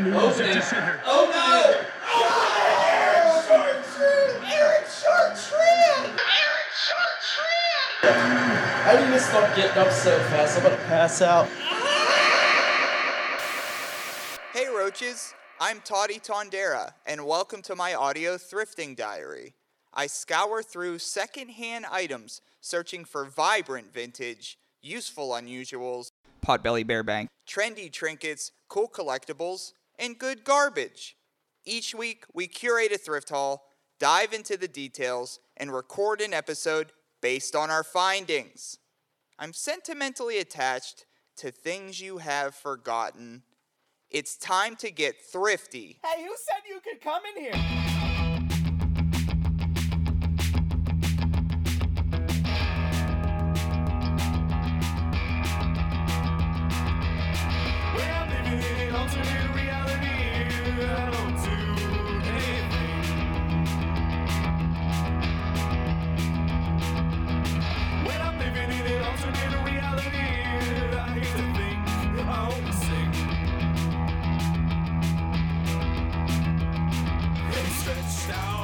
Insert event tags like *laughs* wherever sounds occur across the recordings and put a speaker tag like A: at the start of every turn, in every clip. A: moves it to center.
B: Oh no! How do you stop getting up so fast? I'm gonna pass out.
C: Hey Roaches, I'm Toddy Tondera, and welcome to my audio thrifting diary. I scour through secondhand items, searching for vibrant vintage, useful unusuals, potbelly bearbank, trendy trinkets, cool collectibles, and good garbage. Each week, we curate a thrift haul, dive into the details, and record an episode based on our findings. I'm sentimentally attached to things you have forgotten. It's time to get thrifty.
D: Hey, who said you could come in here?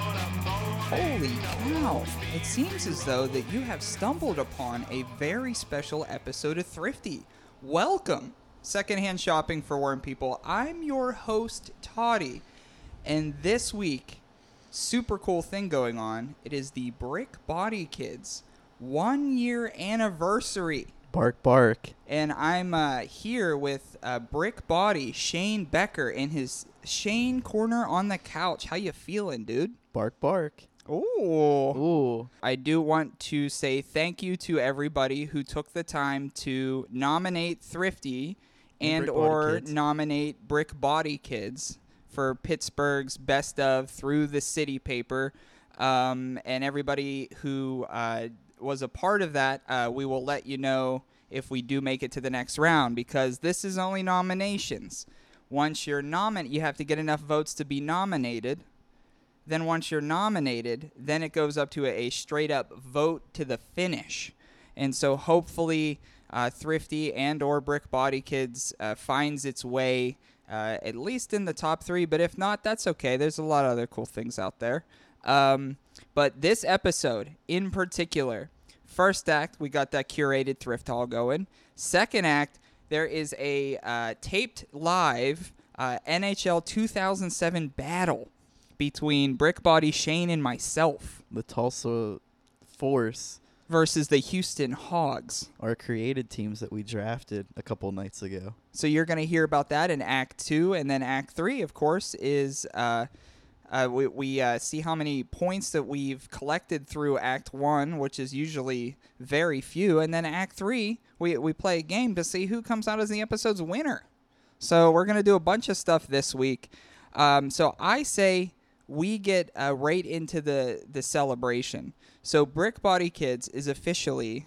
C: Holy cow! It seems as though that you have stumbled upon a very special episode of Thrifty. Welcome, secondhand shopping for worm people. I'm your host, Toddy, and this week, super cool thing going on. It is the Brick Body Kids one year anniversary,
B: Bark, bark.
C: and I'm uh, here with uh, Brick Body Shane Becker in his Shane corner on the couch. How you feeling, dude?
B: Bark, bark.
C: Ooh.
B: Ooh.
C: I do want to say thank you to everybody who took the time to nominate Thrifty and
B: Brick Body
C: or
B: Kids.
C: nominate Brick Body Kids for Pittsburgh's Best of Through the City paper. Um, and everybody who uh, was a part of that, uh, we will let you know if we do make it to the next round because this is only nominations. Once you're nominated, you have to get enough votes to be nominated. Then once you're nominated, then it goes up to a, a straight up vote to the finish. And so hopefully, uh, Thrifty and or Brick Body Kids uh, finds its way uh, at least in the top three. But if not, that's okay. There's a lot of other cool things out there. Um, but this episode in particular, first act we got that curated thrift haul going. Second act, there is a uh, taped live uh, NHL 2007 battle between Brick Body Shane and myself
B: The Tulsa Force
C: versus the Houston Hogs.
B: are created teams that we drafted a couple nights ago.
C: So you're going to hear about that in Act Two, and then Act Three, of course, is uh, uh, we, we uh, see how many points that we've collected through Act One, which is usually very few, and then Act Three, we we play a game to see who comes out as the episode's winner. So we're going to do a bunch of stuff this week. Um, so I say we get uh, right into the the celebration. So Brick Body Kids is officially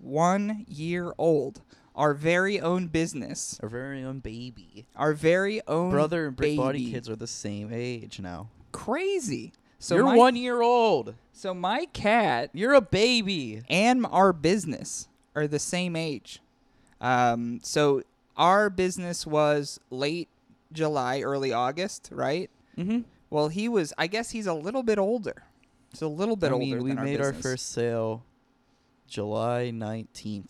C: one year old. Our very own business
B: Our very own baby.
C: our very own
B: Brother and Brick
C: baby.
B: Body Kids are the same age now.
C: crazy. So
B: You're
C: my,
B: one year old.
C: So my cat
B: You're a baby.
C: and our business are the same age. Um, so our business was late July, early August, right?
B: Mm-hmm.
C: Well, he was. I guess he's a little bit older. He's a little bit
B: I
C: older.
B: mean, we
C: than our
B: made our,
C: business.
B: first sale July 19th,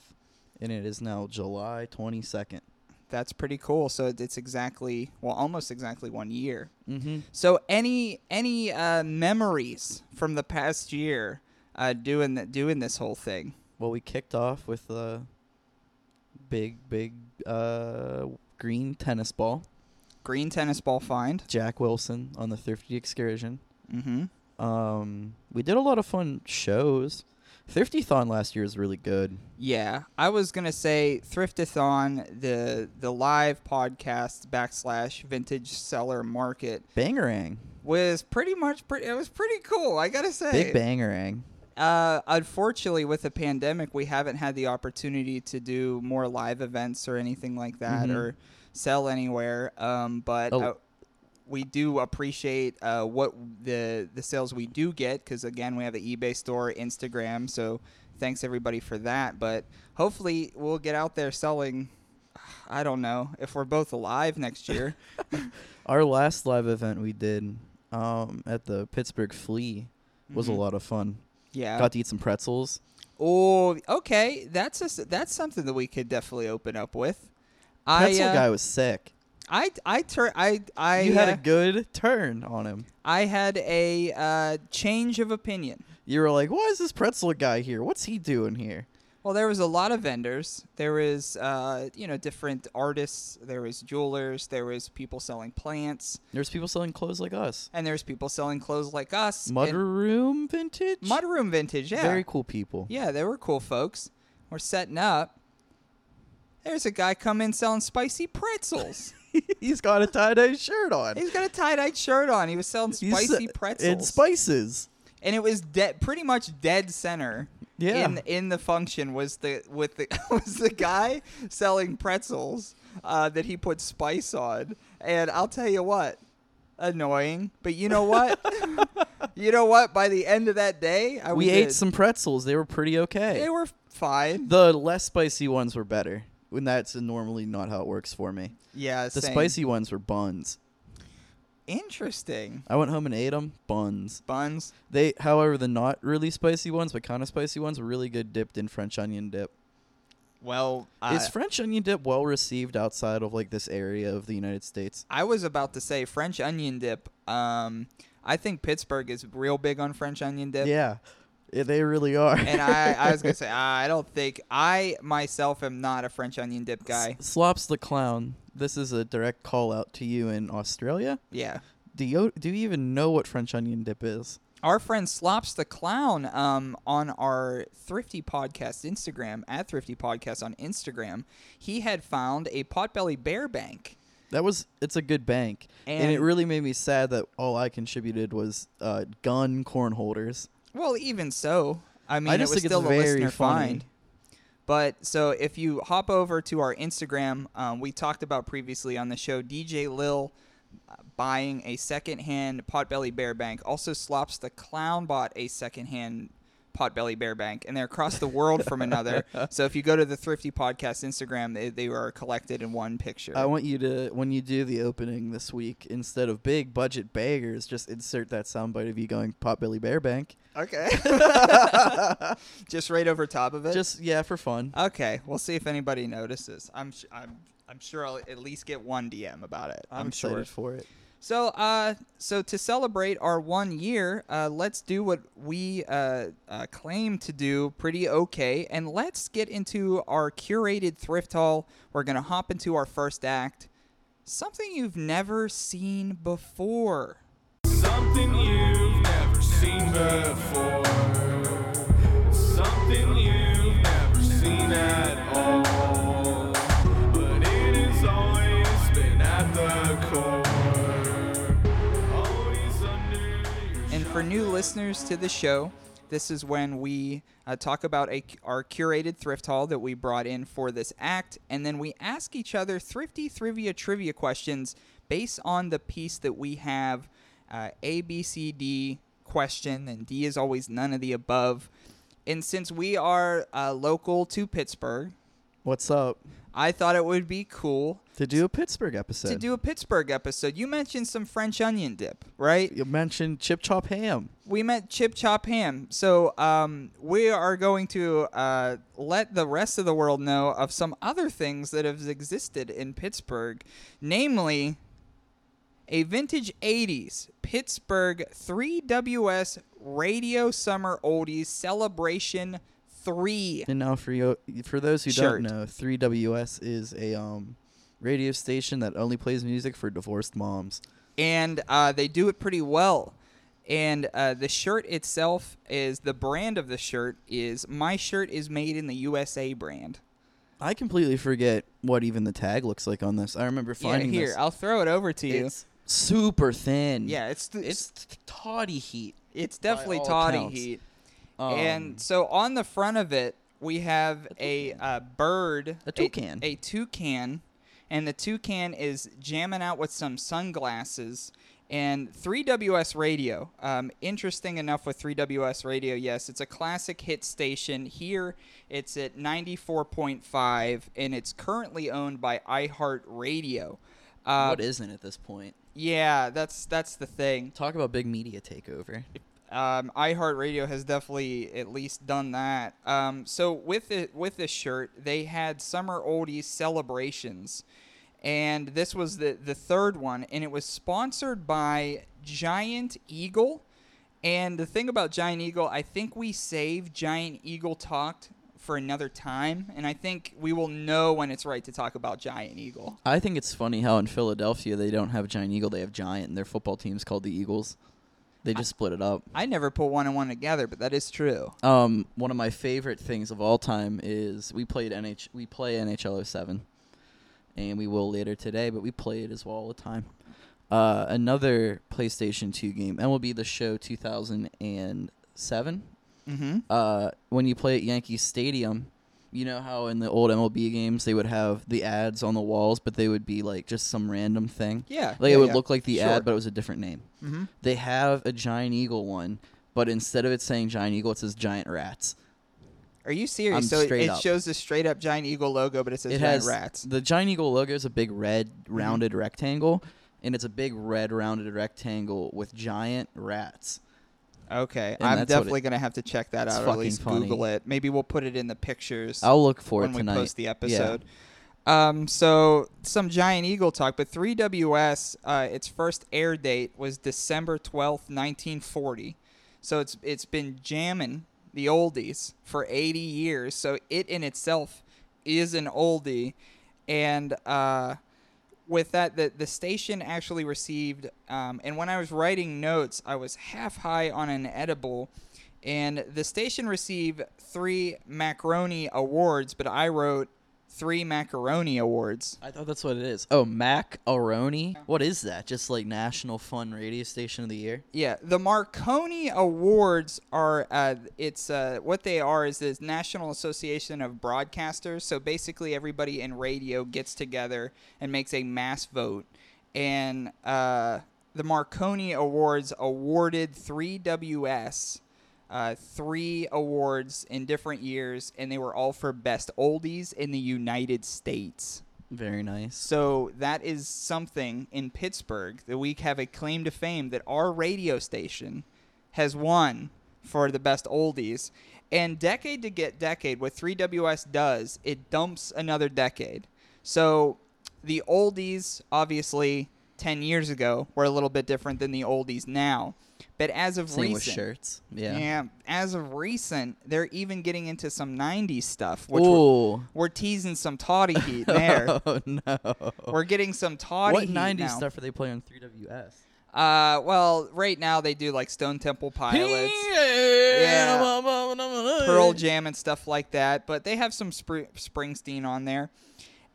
B: and it is now July 22nd.
C: That's pretty cool. So it's exactly, well, almost exactly one year.
B: Mm-hmm.
C: So any any uh, memories from the past year uh, doing th- doing this whole thing?
B: Well, we kicked off with a big, big uh, green tennis ball.
C: Green tennis ball find.
B: Jack Wilson on the Thrifty Excursion.
C: Mm-hmm.
B: Um, we did a lot of fun shows. Thrifty Thon last year was really good.
C: Yeah, I was gonna say Thriftathon, the the live podcast backslash vintage seller market
B: Bangerang.
C: was pretty much pretty. It was pretty cool. I gotta say,
B: Big Bangerang.
C: Uh, unfortunately, with the pandemic, we haven't had the opportunity to do more live events or anything like that,
B: Mhm.
C: or sell anywhere. Um, but
B: Oh.
C: uh, we do appreciate uh, what the the sales we do get because again, we have the eBay store, Instagram. So thanks everybody for that. But hopefully, we'll get out there selling. I don't know if we're both
B: *laughs*
C: alive next year.
B: Our last live event we did um, at the Pittsburgh Flea was
C: Mhm.
B: a lot of fun.
C: yeah.
B: Got to eat some pretzels.
C: Oh, okay. That's a s that's something that we could definitely open up with.
B: Pretzel
C: I uh,
B: guy was sick.
C: I I tur- I I
B: you had
C: uh,
B: a good turn on him.
C: I had a uh, change of opinion.
B: You were like, "Why is this pretzel guy here? What's he doing here?"
C: Well, there was a lot of vendors. There was uh, you know different artists. There was jewelers. There was people selling plants,
B: There's people selling clothes like us.
C: and there's people selling clothes like us. and-
B: Mudroom vintage.
C: Mudroom Vintage. Yeah.
B: Very cool people.
C: Yeah, they were cool folks. We're setting up. There's a guy come in selling spicy pretzels.
B: *laughs* He's got a tie dye shirt on.
C: He's got a tie-dye shirt on. He was selling
B: He's, uh,
C: spicy pretzels.
B: and spices.
C: and it was de- pretty much dead center.
B: Yeah.
C: In in the function was the with the *laughs* was the guy selling pretzels uh, that he put spice on, and I'll tell you what, annoying. But you know
B: *laughs*
C: what, you know what. By the end of that day, I
B: We
C: was in.
B: ate some pretzels. They were pretty okay.
C: They were fine.
B: the less spicy ones were better. And that's normally not how it works for me.
C: yeah,
B: The
C: same.
B: spicy ones were buns.
C: Interesting.
B: I went home and ate them. Buns.
C: Buns.
B: They, however, the not really spicy ones, but kind of spicy ones, were really good dipped in French onion dip.
C: Well, I,
B: Is French onion dip well received outside of like this area of the United States?
C: I was about to say French onion dip. Um, I think Pittsburgh is real big on French onion dip.
B: Yeah. Yeah, they really are.
C: And I,
B: *laughs*
C: I was gonna say I don't think I myself am not a French onion dip guy.
B: S- Slops the clown. This is a direct call out to you in Australia.
C: Yeah.
B: Do you do you even know what French onion dip is?
C: Our friend Slops the Clown um, on our Thrifty Podcast Instagram, at Thrifty Podcast on Instagram, he had found a Potbelly Bear Bank.
B: That was it's a good bank, and, it
C: And-
B: really made me sad that all I contributed was uh, gun corn holders.
C: Well, even so, I mean,
B: I just
C: it was
B: think it's
C: still a
B: very
C: listener
B: funny.
C: find. But so if you hop over to our Instagram, um, we talked about previously on the show DJ Lil uh, buying a secondhand Potbelly Bear Bank. Also, Slops the Clown bought a secondhand Potbelly Bear Bank, and they're across the world
B: *laughs*
C: from another. So if you go to the Thrifty Podcast Instagram, they, they are collected in one picture.
B: I want you to when you do the opening this week, instead of big budget baggers, just insert that soundbite of you going potbelly bear bank.
C: okay. *laughs* Just right over top of it.
B: Just yeah, for fun.
C: Okay, we'll see if anybody notices. I'm sh- I'm I'm sure I'll at least get one DM about it. I'm,
B: excited
C: sure.
B: for it.
C: So uh so to celebrate our one year, uh, let's do what we uh, uh, claim to do pretty okay, and let's get into our curated thrift haul. We're gonna hop into our first act, something you've never seen before.
D: Something you've never seen before. Something you've never seen at all. But it has always been at the core. Always under your
C: And for new listeners to the show, this is when we uh, talk about a, our curated thrift haul that we brought in for this act, and then we ask each other thrifty trivia trivia questions based on the piece that we have uh, A, B, C, D question, and D is always none of the above. And since we are uh, local to Pittsburgh,
B: What's up?
C: I thought it would be cool
B: To do a Pittsburgh episode.
C: to do a Pittsburgh episode. You mentioned some French onion dip, right?
B: you mentioned chip chop ham.
C: we met Chip Chop Ham. So um, we are going to uh, let the rest of the world know of some other things that have existed in Pittsburgh, namely a vintage 80s Pittsburgh 3WS Radio Summer Oldies Celebration 3.
B: And now for you, for those who
C: Shirt.
B: don't know, 3WS is a um, radio station that only plays music for divorced moms.
C: and uh, they do it pretty well. And uh, the shirt itself is the brand of the shirt is my shirt is made in the USA brand.
B: I completely forget what even the tag looks like on this. I remember finding
C: yeah, here
B: this.
C: I'll throw it over to you.
B: It's super thin.
C: yeah, it's th-
B: it's
C: it's
B: t- toddy heat.
C: it's definitely
B: all
C: toddy
B: accounts.
C: heat.
B: Um,
C: and so on the front of it, we have a,
B: toucan.
C: uh, bird,
B: A toucan.
C: a, toucan, and the toucan is jamming out with some sunglasses, And 3WS Radio, um, interesting enough with 3WS Radio, yes, it's a classic hit station. Here it's at 94.5, and it's currently owned by iHeartRadio. Uh,
B: what isn't at this point?
C: yeah, that's that's the thing.
B: Talk about big media takeover.
C: Um, iHeartRadio has definitely at least done that. Um, so with it, with this shirt, they had summer oldies celebrations, and this was the the third one, and it was sponsored by Giant Eagle. And the thing about Giant Eagle, I think we save Giant Eagle talked for another time, and I think we will know when it's right to talk about Giant Eagle.
B: I think it's funny how in Philadelphia they don't have Giant Eagle, they have Giant, and their football team's called the Eagles. They just split it up.
C: I never put one and one together, but that is true.
B: Um, one of my favorite things of all time is we played NH we play NHL 07, and we will later today, but we play it as well all the time. Uh, another PlayStation 2 game, MLB The Show 2007.
C: Mm-hmm.
B: Uh, when you play at Yankee Stadium, you know how in the old MLB games they would have the ads on the walls, but they would be like just some random thing.
C: Yeah,
B: like
C: yeah,
B: it would
C: yeah.
B: look like the
C: Sure.
B: ad, but it was a different name.
C: Mm-hmm.
B: They have a giant eagle one, but instead of it saying giant eagle, it says giant rats.
C: Are you serious?
B: I'm
C: so it,
B: straight
C: it
B: up.
C: shows a straight up giant eagle logo, but it says
B: it
C: giant
B: has
C: rats. Mm-hmm.
B: The giant eagle logo is a big red rounded rectangle, and it's a big red rounded rectangle with giant rats.
C: Okay,
B: and
C: I'm
B: that's what
C: definitely
B: it-
C: gonna have to check that
B: it's
C: out, or at
B: fucking
C: least
B: funny.
C: Google it. Maybe we'll put it in the pictures
B: I'll look for
C: when
B: it
C: we
B: tonight.
C: post the
B: Yeah.
C: episode. Um, so some giant eagle talk, but 3WS, uh, its first air date was December 12th, 1940. So it's it's been jamming the oldies for 80 years. So it in itself is an oldie, and uh, with that, the, the station actually received, um, and when I was writing notes, I was half high on an edible, and the station received three macaroni awards, but I wrote three macaroni awards.
B: I thought that's what it is. Oh, macaroni. What is that? Just like national fun radio station of the year.
C: Yeah, the Marconi Awards are uh, it's uh, what they are is the National Association of Broadcasters. So basically, everybody in radio gets together and makes a mass vote, and uh, the Marconi Awards awarded three WS. Uh, three awards in different years, and they were all for best oldies in the United States.
B: Very nice.
C: So that is something in Pittsburgh that we have a claim to fame that our radio station has won for the best oldies. And decade to get decade, what 3WS does, it dumps another decade. So the oldies, obviously, 10 years ago were a little bit different than the oldies now. But as of
B: Same with
C: recent,
B: shirts.
C: yeah.
B: Yeah.
C: as of recent, they're even getting into some 90s stuff, which we're,
B: Ooh. *laughs*
C: we're teasing some toddy heat there.
B: Oh no.
C: We're getting some toddy.
B: What
C: heat
B: '90s
C: now.
B: stuff are they playing on 3WS?
C: Uh, well, right now they do like Stone Temple Pilots, Pearl Jam, and stuff like that. But they have some Spr- Springsteen on there.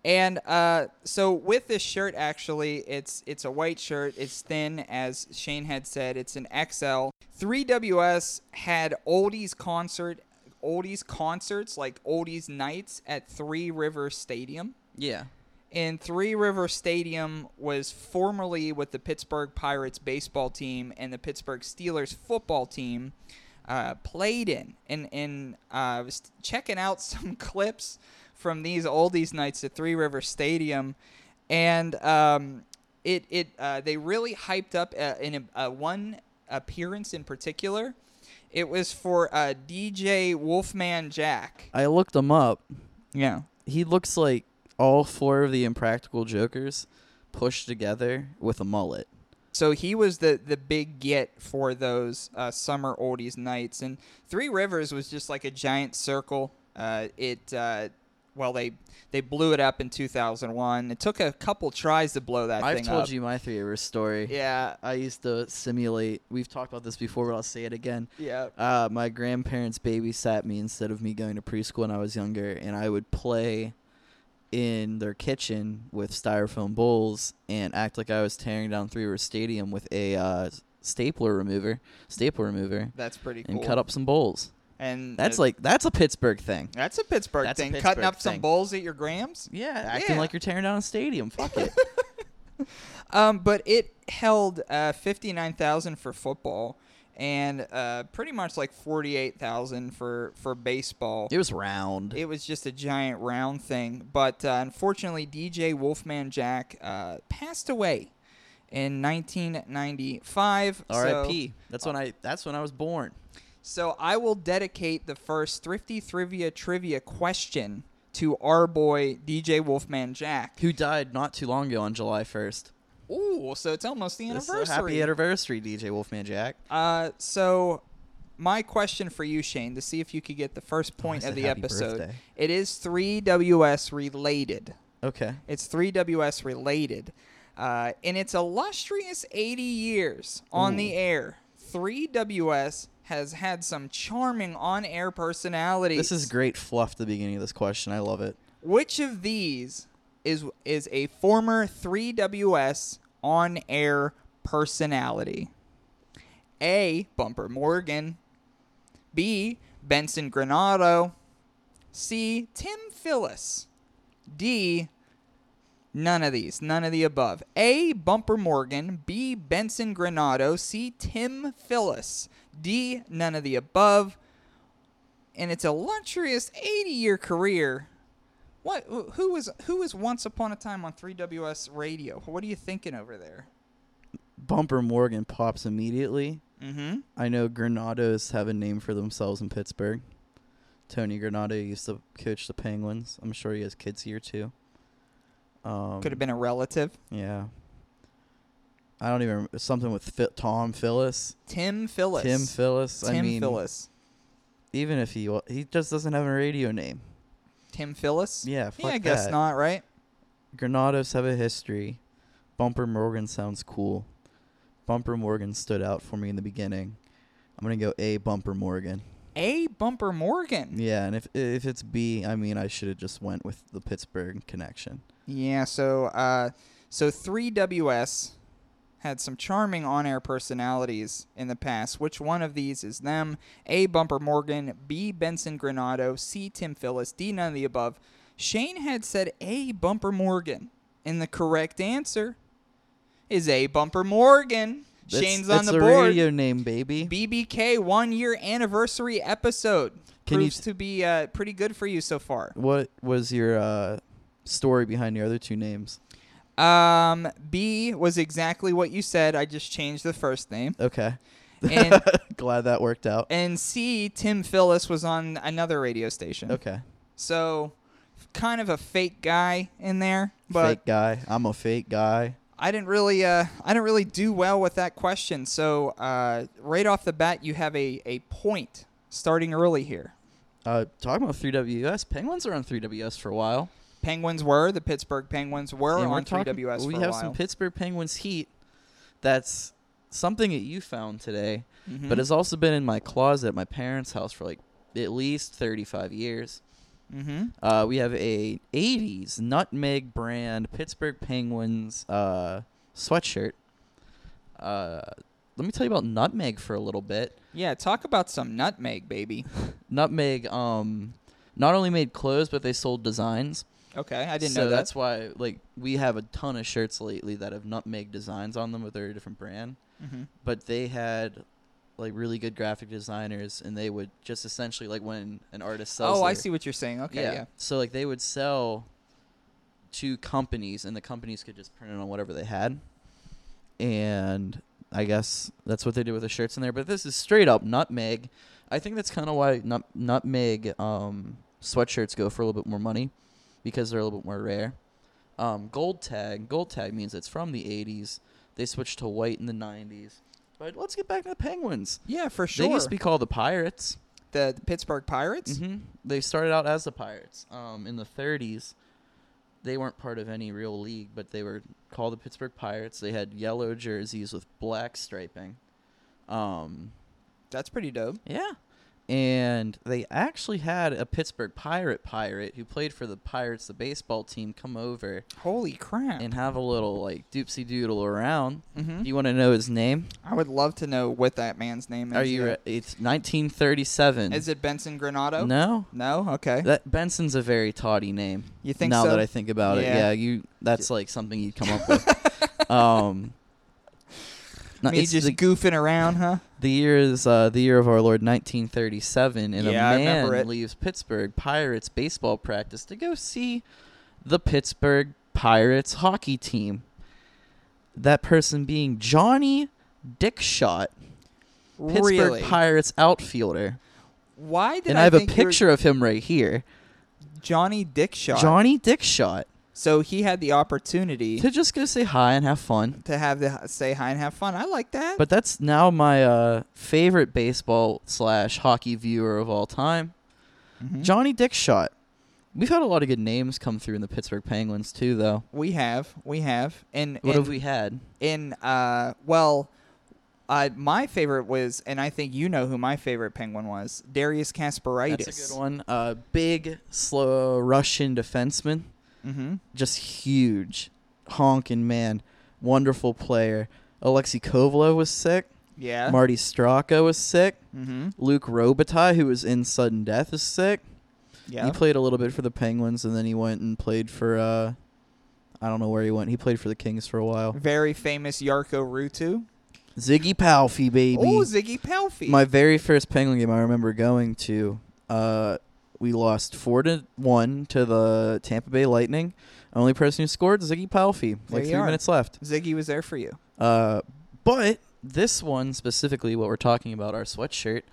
C: And uh, so with this shirt, actually, it's it's a white shirt. It's thin, as Shane had said. It's an XL. 3WS had oldies concert, oldies concerts like oldies nights at Three River Stadium.
B: Yeah.
C: And Three River Stadium was formerly with the Pittsburgh Pirates baseball team and the Pittsburgh Steelers football team uh, played in. And, and uh, I was checking out *laughs* some clips from these oldies nights at Three River Stadium. And um, it, it, uh, they really hyped up uh, in a, uh, one appearance in particular. It was for uh, DJ Wolfman Jack.
B: I looked him up.
C: Yeah.
B: He looks like all four of the Impractical Jokers pushed together with a mullet.
C: So he was the the big get for those uh, summer oldies nights, and Three Rivers was just like a giant circle. Uh, it uh, well they they blew it up in 2001. It took a couple tries to blow that
B: I've
C: thing
B: told
C: up.
B: you my three river story.
C: Yeah, uh,
B: I used to simulate. We've talked about this before, but I'll say it again.
C: yeah.
B: Uh, my grandparents babysat me instead of me going to preschool when I was younger, and I would play in their kitchen with styrofoam bowls and act like I was tearing down Three River Stadium with a uh, stapler remover, staple remover,
C: That's pretty cool.
B: and cut up some bowls.
C: And
B: That's
C: uh,
B: like that's a Pittsburgh thing.
C: that's a Pittsburgh
B: That's a
C: thing.
B: Pittsburgh
C: Cutting up some
B: thing.
C: bowls at your grams.
B: Yeah, acting
C: Yeah. *laughs*
B: like you're tearing down a stadium. Fuck it.
C: Um, but it held uh, 59,000 for football and uh, pretty much like 48,000 for for baseball.
B: It was round.
C: It was just a giant round thing. But uh, unfortunately, DJ Wolfman Jack uh, passed away in 1995.
B: R.I.P. that's when I. That's when I was born.
C: So, so I will dedicate the first Thrifty Trivia trivia question to our boy DJ Wolfman Jack.
B: Who died not too long ago on July first?
C: Ooh, so it's almost the
B: This is
C: anniversary.
B: a Happy anniversary, DJ Wolfman Jack.
C: Uh, so my question for you, Shane, to see if you could get the first point
B: said
C: of the
B: happy
C: episode.
B: birthday.
C: It is three WS related.
B: Okay.
C: It's three WS related. Uh, in its illustrious 80 years on the air, three WS has had some charming on-air personalities.
B: This is great fluff at the beginning of this question. I love it.
C: Which of these is is a former 3WS on-air personality? A. Bumper Morgan. B. Benson Granado. C. Tim Phyllis. D. None of these. None of the above. A. Bumper Morgan. B. Benson Granado. C. Tim Phyllis. D. None of the above. In its illustrious 80-year career, what? wh- Who was who was once upon a time on 3WS radio? What are you thinking over there?
B: Bumper Morgan pops immediately.
C: Mm-hmm.
B: I know Granados have a name for themselves in Pittsburgh. Tony Granado used to coach the Penguins. I'm sure he has kids here too. Um,
C: Could have been a relative.
B: Yeah. I don't even remember. something with Phi- Tom Phyllis,
C: Tim Phyllis.
B: Tim Phyllis. I
C: Tim
B: mean,
C: Phyllis.
B: even if he wa- he just doesn't have a radio name.
C: Tim Phyllis.
B: Yeah,
C: yeah,
B: fuck
C: I guess
B: that.
C: not, right?
B: Granados have a history. Bumper Morgan sounds cool. Bumper Morgan stood out for me in the beginning. I'm gonna go A Bumper Morgan.
C: A Bumper Morgan.
B: Yeah, and if if it's B, I mean I should have just went with the Pittsburgh connection.
C: Yeah, so uh, so three WS had some charming on-air personalities in the past. Which one of these is them? A. Bumper Morgan, B. Benson Granado, C. Tim Phyllis, D. None of the above. Shane had said A. Bumper Morgan, and the correct answer is A. Bumper Morgan.
B: It's-
C: Shane's on
B: it's
C: the
B: a
C: board.
B: radio name, baby.
C: BBK one year anniversary episode
B: Can you
C: proves
B: t-
C: to be uh, pretty good for you so far.
B: what was your uh, story behind your other two names?
C: Um, B was exactly what you said. I just changed the first
B: *laughs*
C: name.
B: Okay,
C: And
B: *laughs* glad that worked out.
C: and C, Tim Phyllis was on another radio station.
B: Okay,
C: So kind of a fake guy in there, but
B: fake guy. I'm a fake guy.
C: I didn't really uh, I didn't really do well with that question. So uh, right off the bat you have a, a point starting early here.
B: Uh, talking about 3WS, Penguins are on 3WS for a while.
C: Penguins were, the Pittsburgh Penguins were
B: And we're
C: on
B: talking-
C: 3WS
B: We
C: for a
B: have
C: while.
B: some Pittsburgh Penguins heat. That's something that you found today,
C: Mhm.
B: but it's also been in my closet at my parents' house for like at least 35 years.
C: mm-hmm.
B: Uh, we have a 80s nutmeg brand Pittsburgh Penguins uh, sweatshirt. Uh, let me tell you about nutmeg for a little bit.
C: Yeah, talk about some nutmeg, baby.
B: Nutmeg um, not only made clothes, but they sold designs.
C: Okay, I didn't
B: so
C: know that.
B: that's why like we have a ton of shirts lately that have nutmeg designs on them with their different brand.
C: mm-hmm.
B: But they had like really good graphic designers, and they would just essentially like when an artist sells.
C: Oh, I
B: their-
C: see what you're saying. Okay, yeah.
B: So like they would sell to companies, and the companies could just print it on whatever they had. And I guess that's what they did with the shirts in there. But this is straight up nutmeg. I think that's kind of why nut- nutmeg um, sweatshirts go for a little bit more money because they're a little bit more rare. Um, gold tag. Gold tag means it's from the 80s. They switched to white in the 90s. But let's get back to the Penguins.
C: Yeah, for sure. Mm-hmm.
B: They used to be called the Pirates.
C: the, the Pittsburgh Pirates.
B: hmm They started out as the Pirates. Um, in the 30s, they weren't part of any real league, but they were called the Pittsburgh Pirates. They had yellow jerseys with black striping. Um,
C: That's pretty dope.
B: yeah. And they actually had a Pittsburgh Pirate pirate who played for the Pirates, the baseball team, come over
C: Holy crap!
B: and have a little like doopsie doodle around.
C: Mhm.
B: Do you want to know his name?
C: I would love to know what that man's name is.
B: Are you?
C: yeah.
B: Re- it's 1937.
C: Is it Benson Granado?
B: No.
C: No. Okay.
B: That Benson's a very toddy name.
C: You think
B: now
C: so?
B: that I think about it,
C: Yeah.
B: yeah, you that's like something you'd come up with.
C: *laughs*
B: um, no,
C: Me
B: it's
C: just
B: the,
C: goofing around, huh?
B: the year is uh, the year of our Lord 1937, and
C: Yeah, I
B: a
C: remember it.
B: man leaves Pittsburgh Pirates baseball practice to go see the Pittsburgh Pirates hockey team. That person being Johnny Dickshot, Pittsburgh
C: really?
B: Pirates outfielder.
C: Why did
B: and
C: I,
B: I have a
C: think you were-
B: picture of him right here.
C: Johnny Dickshot?
B: Johnny Dickshot.
C: So he had the opportunity
B: To just go say hi and have fun.
C: to have the say hi and have fun. I like that.
B: But that's now my uh, favorite baseball slash hockey viewer of all time.
C: Mhm.
B: Johnny Dickshot. We've had a lot of good names come through in the Pittsburgh Penguins too, though.
C: we have, we have, and
B: What
C: and
B: have we had?
C: in uh well uh my favorite was and I think you know who my favorite penguin was Darius Kasparaitis.
B: That's a good one. Uh, big, slow Russian defenseman,
C: Mhm.
B: just huge, honking man, wonderful player. Alexei Kovalev was sick.
C: Yeah.
B: Marty Straka was sick.
C: mhm.
B: Luke Robitaille, who was in sudden death, is sick.
C: Yeah.
B: He played a little bit for the Penguins, and then he went and played for uh, I don't know where he went. He played for the Kings for a while.
C: Very famous Yarko Rutu.
B: Ziggy Palfy, baby.
C: Oh, Ziggy Palfy.
B: My very first Penguin game I remember going to, uh, we lost four to one to the Tampa Bay Lightning. Only person who scored Ziggy Palfy.
C: There
B: Like
C: you
B: three
C: are.
B: minutes left.
C: Ziggy was there for you.
B: Uh, but this one specifically, what we're talking about, our sweatshirt,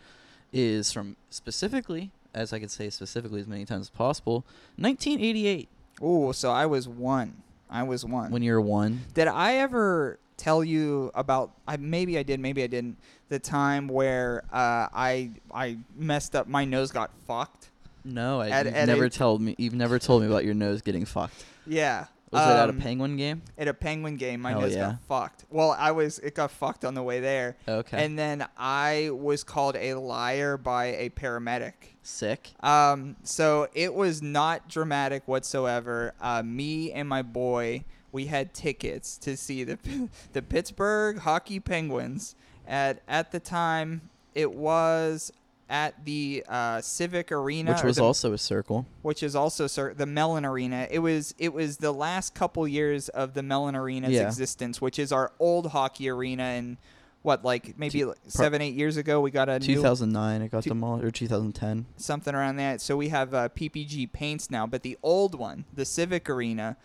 B: is from specifically, as I could say specifically as many times as possible, 1988.
C: Oh, so I was one. I was one.
B: When you're one,
C: Did I ever tell you about? I maybe I did, maybe I didn't. The time where uh, I I messed up, my nose got fucked.
B: no, I,
C: At-
B: you've
C: at
B: never
C: eight-
B: told me. You've never told me about your nose getting fucked.
C: Yeah.
B: Was it at a
C: um,
B: Penguin game?
C: At a penguin game, my
B: Hell
C: nose
B: yeah.
C: got fucked. Well, I was it got fucked on the way there,
B: Okay,
C: and then I was called a liar by a paramedic.
B: sick.
C: Um, so it was not dramatic whatsoever. Uh, me and my boy, we had tickets to see the *laughs* the Pittsburgh Hockey Penguins at at the time it was at the uh, Civic Arena,
B: Which
C: or
B: was
C: the-
B: also a circle.
C: which is also sir, the Mellon Arena. It was it was the last couple years of the Mellon Arena's
B: Yeah.
C: existence, which is our old hockey arena. And what like maybe like, seven eight years ago we got a new
B: 2009, I got
C: two-
B: demolished, or 2010.
C: something around that. So we have uh, PPG paints now, but the old one, the Civic Arena.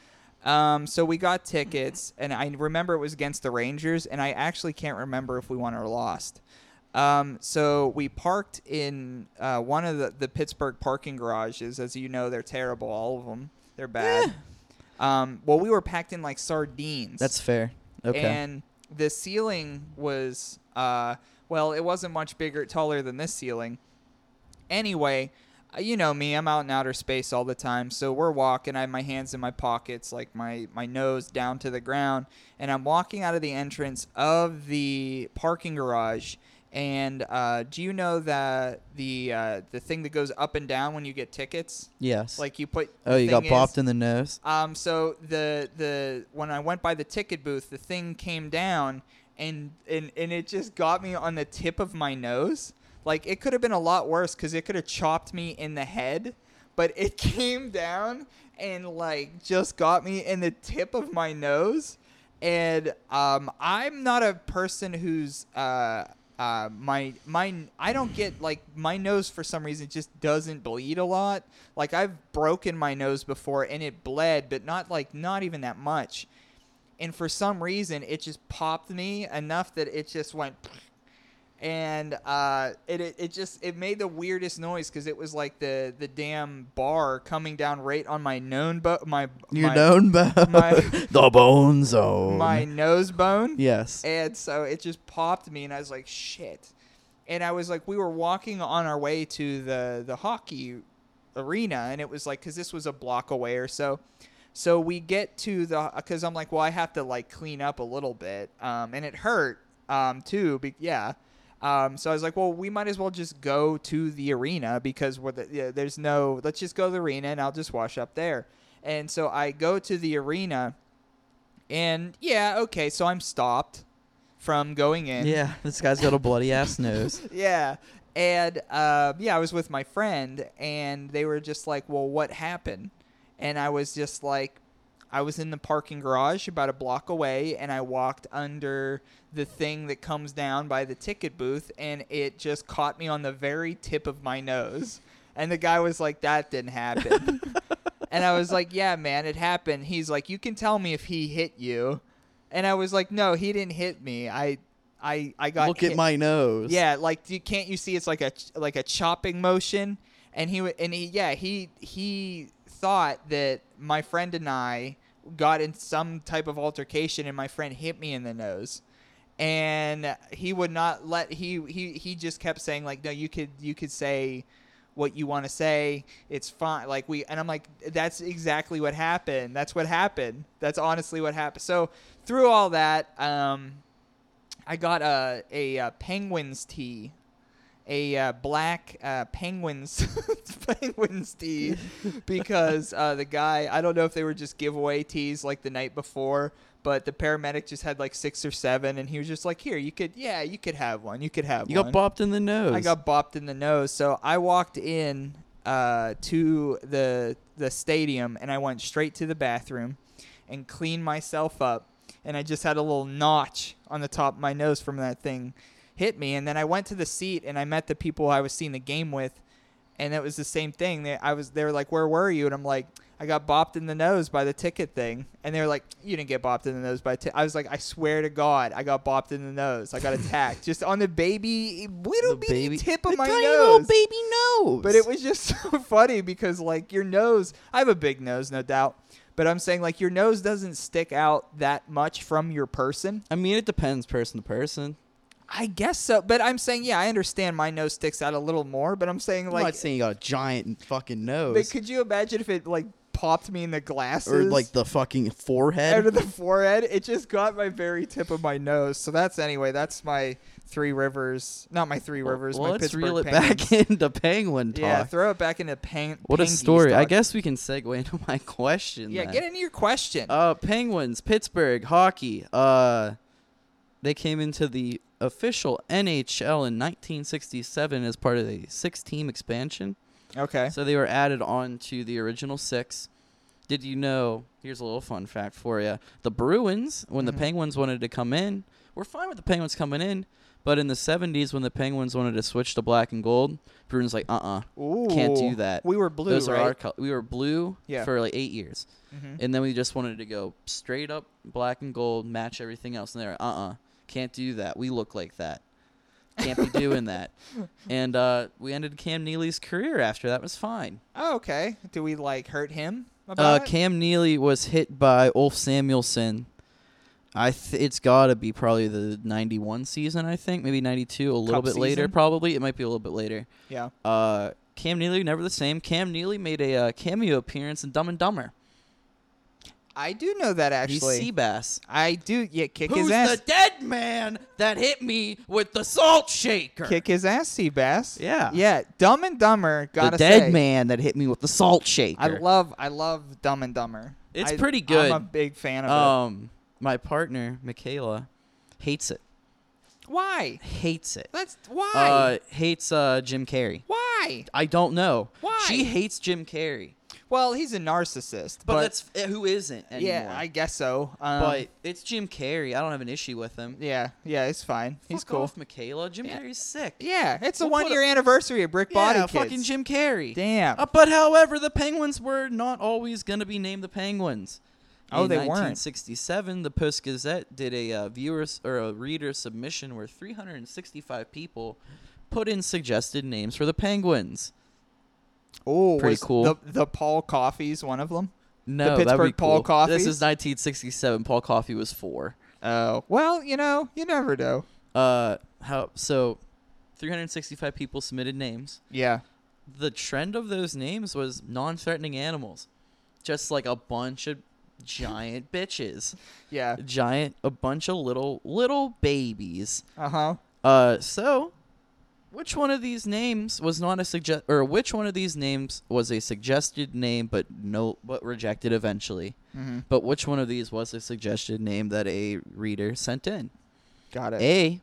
C: Um, so we got tickets, and I remember it was against the Rangers, and I actually can't remember if we won or lost. Um, so we parked in uh, one of the, the Pittsburgh parking garages. As you know, they're terrible, all of them. They're bad. Um, well, we were packed in like sardines.
B: That's fair. Okay.
C: And the ceiling was, uh, well, it wasn't much bigger, taller than this ceiling. Anyway, uh, you know me, I'm out in outer space all the time. So we're walking. I have my hands in my pockets, like my, my nose down to the ground. And I'm walking out of the entrance of the parking garage. And uh, do you know that the uh, the thing that goes up and down when you get tickets?
B: yes.
C: Like you put.
B: oh,
C: the
B: you got
C: thing is-
B: bopped in the nose.
C: um, so the the when I went by the ticket booth, the thing came down and and and it just got me on the tip of my nose. Like it could have been a lot worse because it could have chopped me in the head, but it *laughs* came down and like just got me in the tip of my nose. And um, I'm not a person who's uh, uh, my my I don't get like my nose for some reason just doesn't bleed a lot. Like I've broken my nose before and it bled, but not like not even that much. And for some reason, it just popped me enough that it just went, and uh, it, it it just it made the weirdest noise because it was like the the damn bar coming down right on my known bo- my
B: Your
C: my,
B: known bone.
C: my-
B: *laughs* the bone zone.
C: my nose bone.
B: yes.
C: And so it just popped me, and I was like, shit. And I was like, we were walking on our way to the the hockey arena, and it was like, because this was a block away or so. So we get to the, because I'm like, well, I have to like clean up a little bit, um, and it hurt, um, too. Be- yeah. Um, so I was like, well, we might as well just go to the arena because we're the, yeah, there's no, let's just go to the arena and I'll just wash up there. And so I go to the arena, and yeah, okay, so I'm stopped from going in.
B: yeah, this guy's got a bloody ass nose.
C: Yeah. And uh, yeah, I was with my friend, and they were just like, "Well, what happened?" And I was just like, I was in the parking garage about a block away and I walked under the thing that comes down by the ticket booth and it just caught me on the very tip of my nose. And the guy was like, that
B: *laughs*
C: didn't happen. and I was like, yeah, man, it happened. He's like, you can tell me if he hit you. And I was like, no, he didn't hit me. I, I, I got
B: Look
C: hit.
B: at my nose.
C: Yeah, like do, can't you see it's like a ch- like a chopping motion? And he wa- and he yeah he he thought that my friend and I got in some type of altercation, and my friend hit me in the nose. And he would not let he he he just kept saying like no you could you could say what you want to say it's fine like we and I'm like that's exactly what happened that's what happened that's honestly what happened so through all that um I got a a, uh penguins tea, a uh, black uh, penguins *laughs* penguins tea, because uh, the guy I don't know if they were just giveaway teas like the night before, but the paramedic just had like six or seven, and he was just like, "Here, you could, yeah, you could have one, you could have
B: You
C: one."
B: got bopped in the nose.
C: I got bopped in the nose. So I walked in uh, to the the stadium and I went straight to the bathroom and cleaned myself up. And I just had a little notch on the top of my nose from that thing hit me. And then I went to the seat and I met the people I was seeing the game with, and it was the same thing. They, I was they were like, "Where were you?" And I'm like. I got bopped in the nose by the ticket thing, and they were like, "You didn't get bopped in the nose by." T-. I was like, "I swear to God, I got bopped in the nose. I got
B: *laughs*
C: attacked just on the baby little
B: The
C: bitty
B: baby-
C: tip of
B: the
C: my
B: tiny little
C: nose."
B: baby nose.
C: But it was just *laughs* so funny because like your nose, I have a big nose, no doubt. But I'm saying like your nose doesn't stick out that much from your person.
B: I mean, it depends person to person.
C: I guess so. But I'm saying yeah, I understand my nose sticks out a little more. But I'm saying
B: I'm
C: like,
B: not saying you got a giant fucking
C: but
B: nose
C: could you imagine if it like popped me in the glasses
B: or like the fucking
C: *laughs* out
B: forehead. *laughs*
C: of the forehead? It just got my very tip of my nose. So that's anyway. That's my Three Rivers, not my Three Rivers.
B: well,
C: my
B: let's
C: Pittsburgh
B: reel it
C: Penguins.
B: back into penguin talk.
C: Yeah, throw it back into paint.
B: what a story! I guess we can segue *laughs* into my question.
C: Yeah,
B: then.
C: get into your question.
B: Uh, Penguins, Pittsburgh hockey. Uh, they came into the official NHL in 1967 as part of the six-team expansion.
C: okay.
B: So they were added on to the original six. Did you know? Here's a little fun fact for you. The Bruins, when
C: Mhm.
B: the Penguins wanted to come in, we're fine with the Penguins coming in. But in the 70s, when the Penguins wanted to switch to black and gold, Bruins like, uh uh can't do
C: Ooh.
B: that.
C: We were blue,
B: Those
C: right?
B: are our color. We were blue
C: Yeah.
B: for like eight years.
C: Mhm.
B: And then we just wanted to go straight up black and gold, match everything else. And they're uh uh-uh, uh, can not do that. We look like that. Can't be doing
C: *laughs*
B: that. And uh, we ended Cam Neely's career after that was fine.
C: Oh, okay. Do we like hurt him
B: Uh,
C: about it?
B: Cam Neely was hit by Ulf Samuelson. I th- it's got to be probably the 91 season, I think, maybe 92, a little
C: Cup
B: bit later
C: season?
B: probably. It might be a little bit later.
C: Yeah.
B: Uh, Cam Neely never the same. Cam Neely made a uh, cameo appearance in Dumb and Dumber.
C: I do know that actually.
B: He's Seabass.
C: I do. Yeah, kick
B: Who's
C: his ass.
B: the dead man that hit me with the salt shaker?
C: kick his ass, Seabass.
B: Yeah.
C: Yeah. Dumb and Dumber.
B: the
C: Gotta
B: dead
C: say,
B: man that hit me with the salt shaker.
C: I love. I love Dumb and Dumber.
B: It's
C: I-
B: pretty good.
C: I'm a big fan of
B: Um, my partner Michaela hates it.
C: it. Why?
B: Hates it.
C: That's why.
B: Uh, hates uh Jim Carrey.
C: why?
B: I don't know.
C: Why?
B: She hates Jim Carrey.
C: Well, he's a narcissist.
B: But,
C: But,
B: that's eh, who isn't anymore.
C: yeah, I guess so. Um,
B: but it's Jim Carrey. I don't have an issue with him.
C: yeah, yeah, it's fine. He's
B: Fuck
C: cool.
B: off, Michaela. Jim Carrey's sick.
C: Yeah, it's the
B: We'll put
C: one year
B: a-
C: anniversary of Brick Body
B: yeah,
C: Kids.
B: fucking Jim Carrey.
C: Damn.
B: Uh, but however, the Penguins were not always going to be named the Penguins.
C: Oh,
B: In
C: they weren't.
B: 1967, the Post Gazette did a uh, viewers or a reader submission where 365 people put in suggested names for the Penguins.
C: Oh,
B: Pretty
C: was
B: cool.
C: The, the Paul Coffey's one of them.
B: No,
C: The
B: that'd be
C: Pittsburgh Paul
B: cool. This
C: Coffees?
B: is 1967. Paul Coffey was four.
C: Oh, well, you know, you never know.
B: Uh, how so? 365 people submitted names.
C: Yeah.
B: the trend of those names was non-threatening animals just like a bunch of giant *laughs* bitches
C: Yeah.
B: giant a bunch of little little babies
C: Uh huh.
B: uh so which one of these names was not a suggest or which one of these names was a suggested name but no but rejected eventually
C: Mhm.
B: but which one of these was a suggested name that a reader sent in
C: Got it.
B: a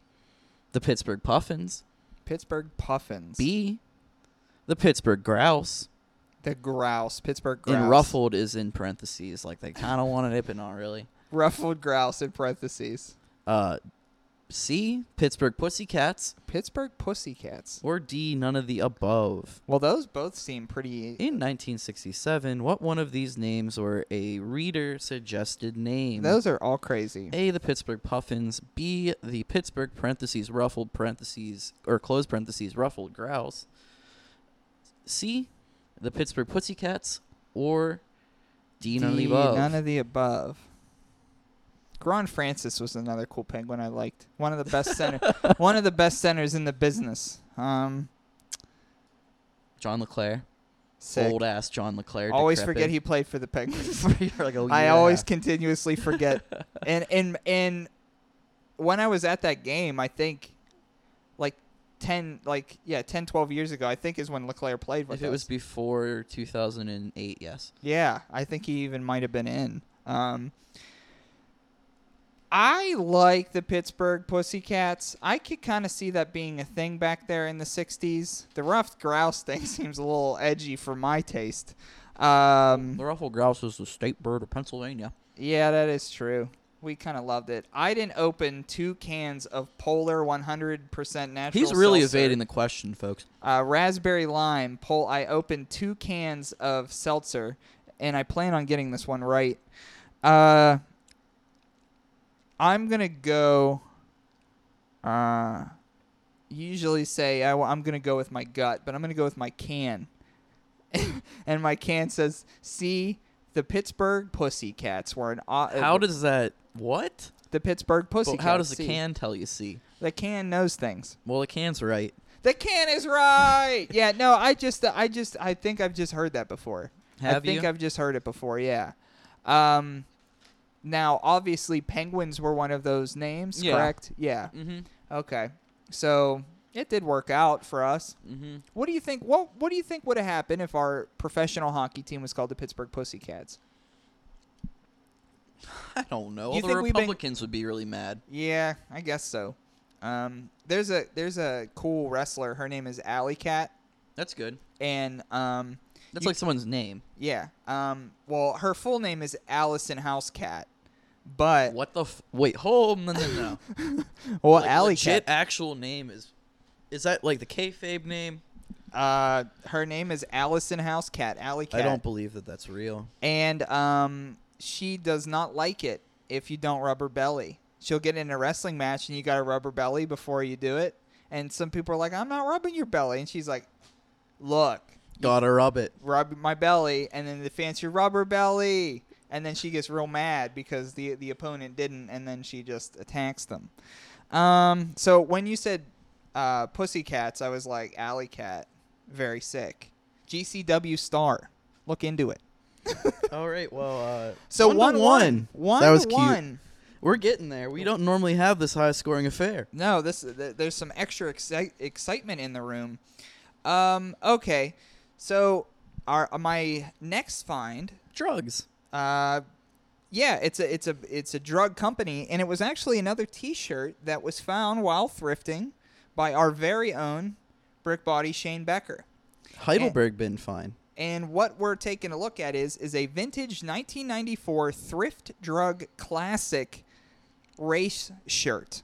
B: the pittsburgh puffins
C: Pittsburgh Puffins.
B: b the pittsburgh grouse
C: The grouse, Pittsburgh grouse.
B: And ruffled is in parentheses. Like they kind of wanted it, but not really.
C: Ruffled grouse in parentheses.
B: Uh, C, Pittsburgh Pussycats,
C: Pittsburgh pussycats.
B: or D, none of the above.
C: Well, those both seem pretty.
B: In 1967, what one of these names or a reader suggested name?
C: Those are all crazy.
B: A, the Pittsburgh Puffins. B, the Pittsburgh parentheses ruffled parentheses or closed parentheses ruffled grouse. C, the Pittsburgh Pussycats. Or D, none of the
C: D,
B: above.
C: None of the above. Gron Francis was another cool penguin I liked. One of the
B: *laughs*
C: best center, one of the best centers in the business. Um,
B: John LeClaire.
C: sick.
B: Old ass John LeClaire.
C: always
B: decrepit.
C: forget he played for the Penguins.
B: *laughs* You're like, oh,
C: I
B: yeah.
C: always
B: *laughs*
C: continuously forget. and and and when I was at that game, I think like 10 like yeah, 10 12 years ago, I think is when Leclerc played with
B: If it
C: us.
B: was before 2008, yes.
C: Yeah, I think he even might have been in. Um, I like the Pittsburgh Pussycats. I could kind of see that being a thing back there in the 60s. The rough grouse thing *laughs* seems a little edgy for my taste. Um,
B: The ruffled grouse Mm. is the state bird of Pennsylvania.
C: yeah, that is true. We kind of loved it. I didn't open two cans of Polar 100% natural.
B: He's really
C: seltzer.
B: evading the question, folks.
C: uh, raspberry lime. Pol- I opened two cans of seltzer, and I plan on getting this one right. Uh, I'm gonna go. Uh, usually say I, am gonna go with my gut, but I'm gonna go with my can. *laughs* and my can says, "See, the Pittsburgh Pussycats were an au-
B: How does that. What?
C: the Pittsburgh
B: But
C: Pussycats?
B: how does the
C: see.
B: can tell you see?
C: The can knows things.
B: Well, the can's right.
C: The can is *laughs* right. yeah, no, I just, I just, I think I've just heard that before. I
B: Have
C: think
B: you?
C: I've just heard it before. Yeah. Um, now obviously penguins were one of those names,
B: Yeah.
C: correct? Yeah. Mm.
B: Mm-hmm.
C: Okay. So it did work out for us.
B: Mm-hmm.
C: What do you think? What What do you think would have happened if our professional hockey team was called the Pittsburgh Pussycats?
B: I don't know.
C: You
B: All the
C: think we've been-
B: Republicans would be really mad.
C: Yeah, I guess so. Um, there's a there's a cool wrestler. Her name is Alley Cat,
B: That's good.
C: and um,
B: That's
C: You-
B: like someone's name.
C: Yeah. Um. Well, her full name is Allison Housecat, but
B: What the? F- Wait, hold no, no, *laughs* no.
C: well,
B: like,
C: Alley
B: legit
C: Cat.
B: actual name is, is that like the kayfabe name?
C: Uh, her name is Allison Housecat. Alley Cat.
B: I don't believe that that's real.
C: And um, she does not like it if you don't rub her belly. She'll get in a wrestling match and you got to rub her belly before you do it. And some people are like, "I'm not rubbing your belly," and she's like, "Look,
B: Gotta rub it.
C: rub my belly," and then the fancy rubber belly. And then she gets real mad because the the opponent didn't, and then she just attacks them. Um, so when you said uh, Pussycats, I was like, Alley Cat, very sick. GCW star, look into it.
B: All right. Well, uh,
C: So
B: one
C: one
B: to
C: one.
B: one.
C: One
B: That was
C: to
B: cute.
C: one.
B: we're getting there. We don't normally have this high scoring affair.
C: No, this th- there's some extra exci- excitement in the room. Um, okay, so our my next find.
B: Drugs.
C: Uh, yeah, it's a it's a it's a drug company, and it was actually another T-shirt that was found while thrifting by our very own brick body Shane Becker.
B: Heidelberg been fine.
C: And what we're taking a look at is is a vintage 1994 thrift drug classic race shirt.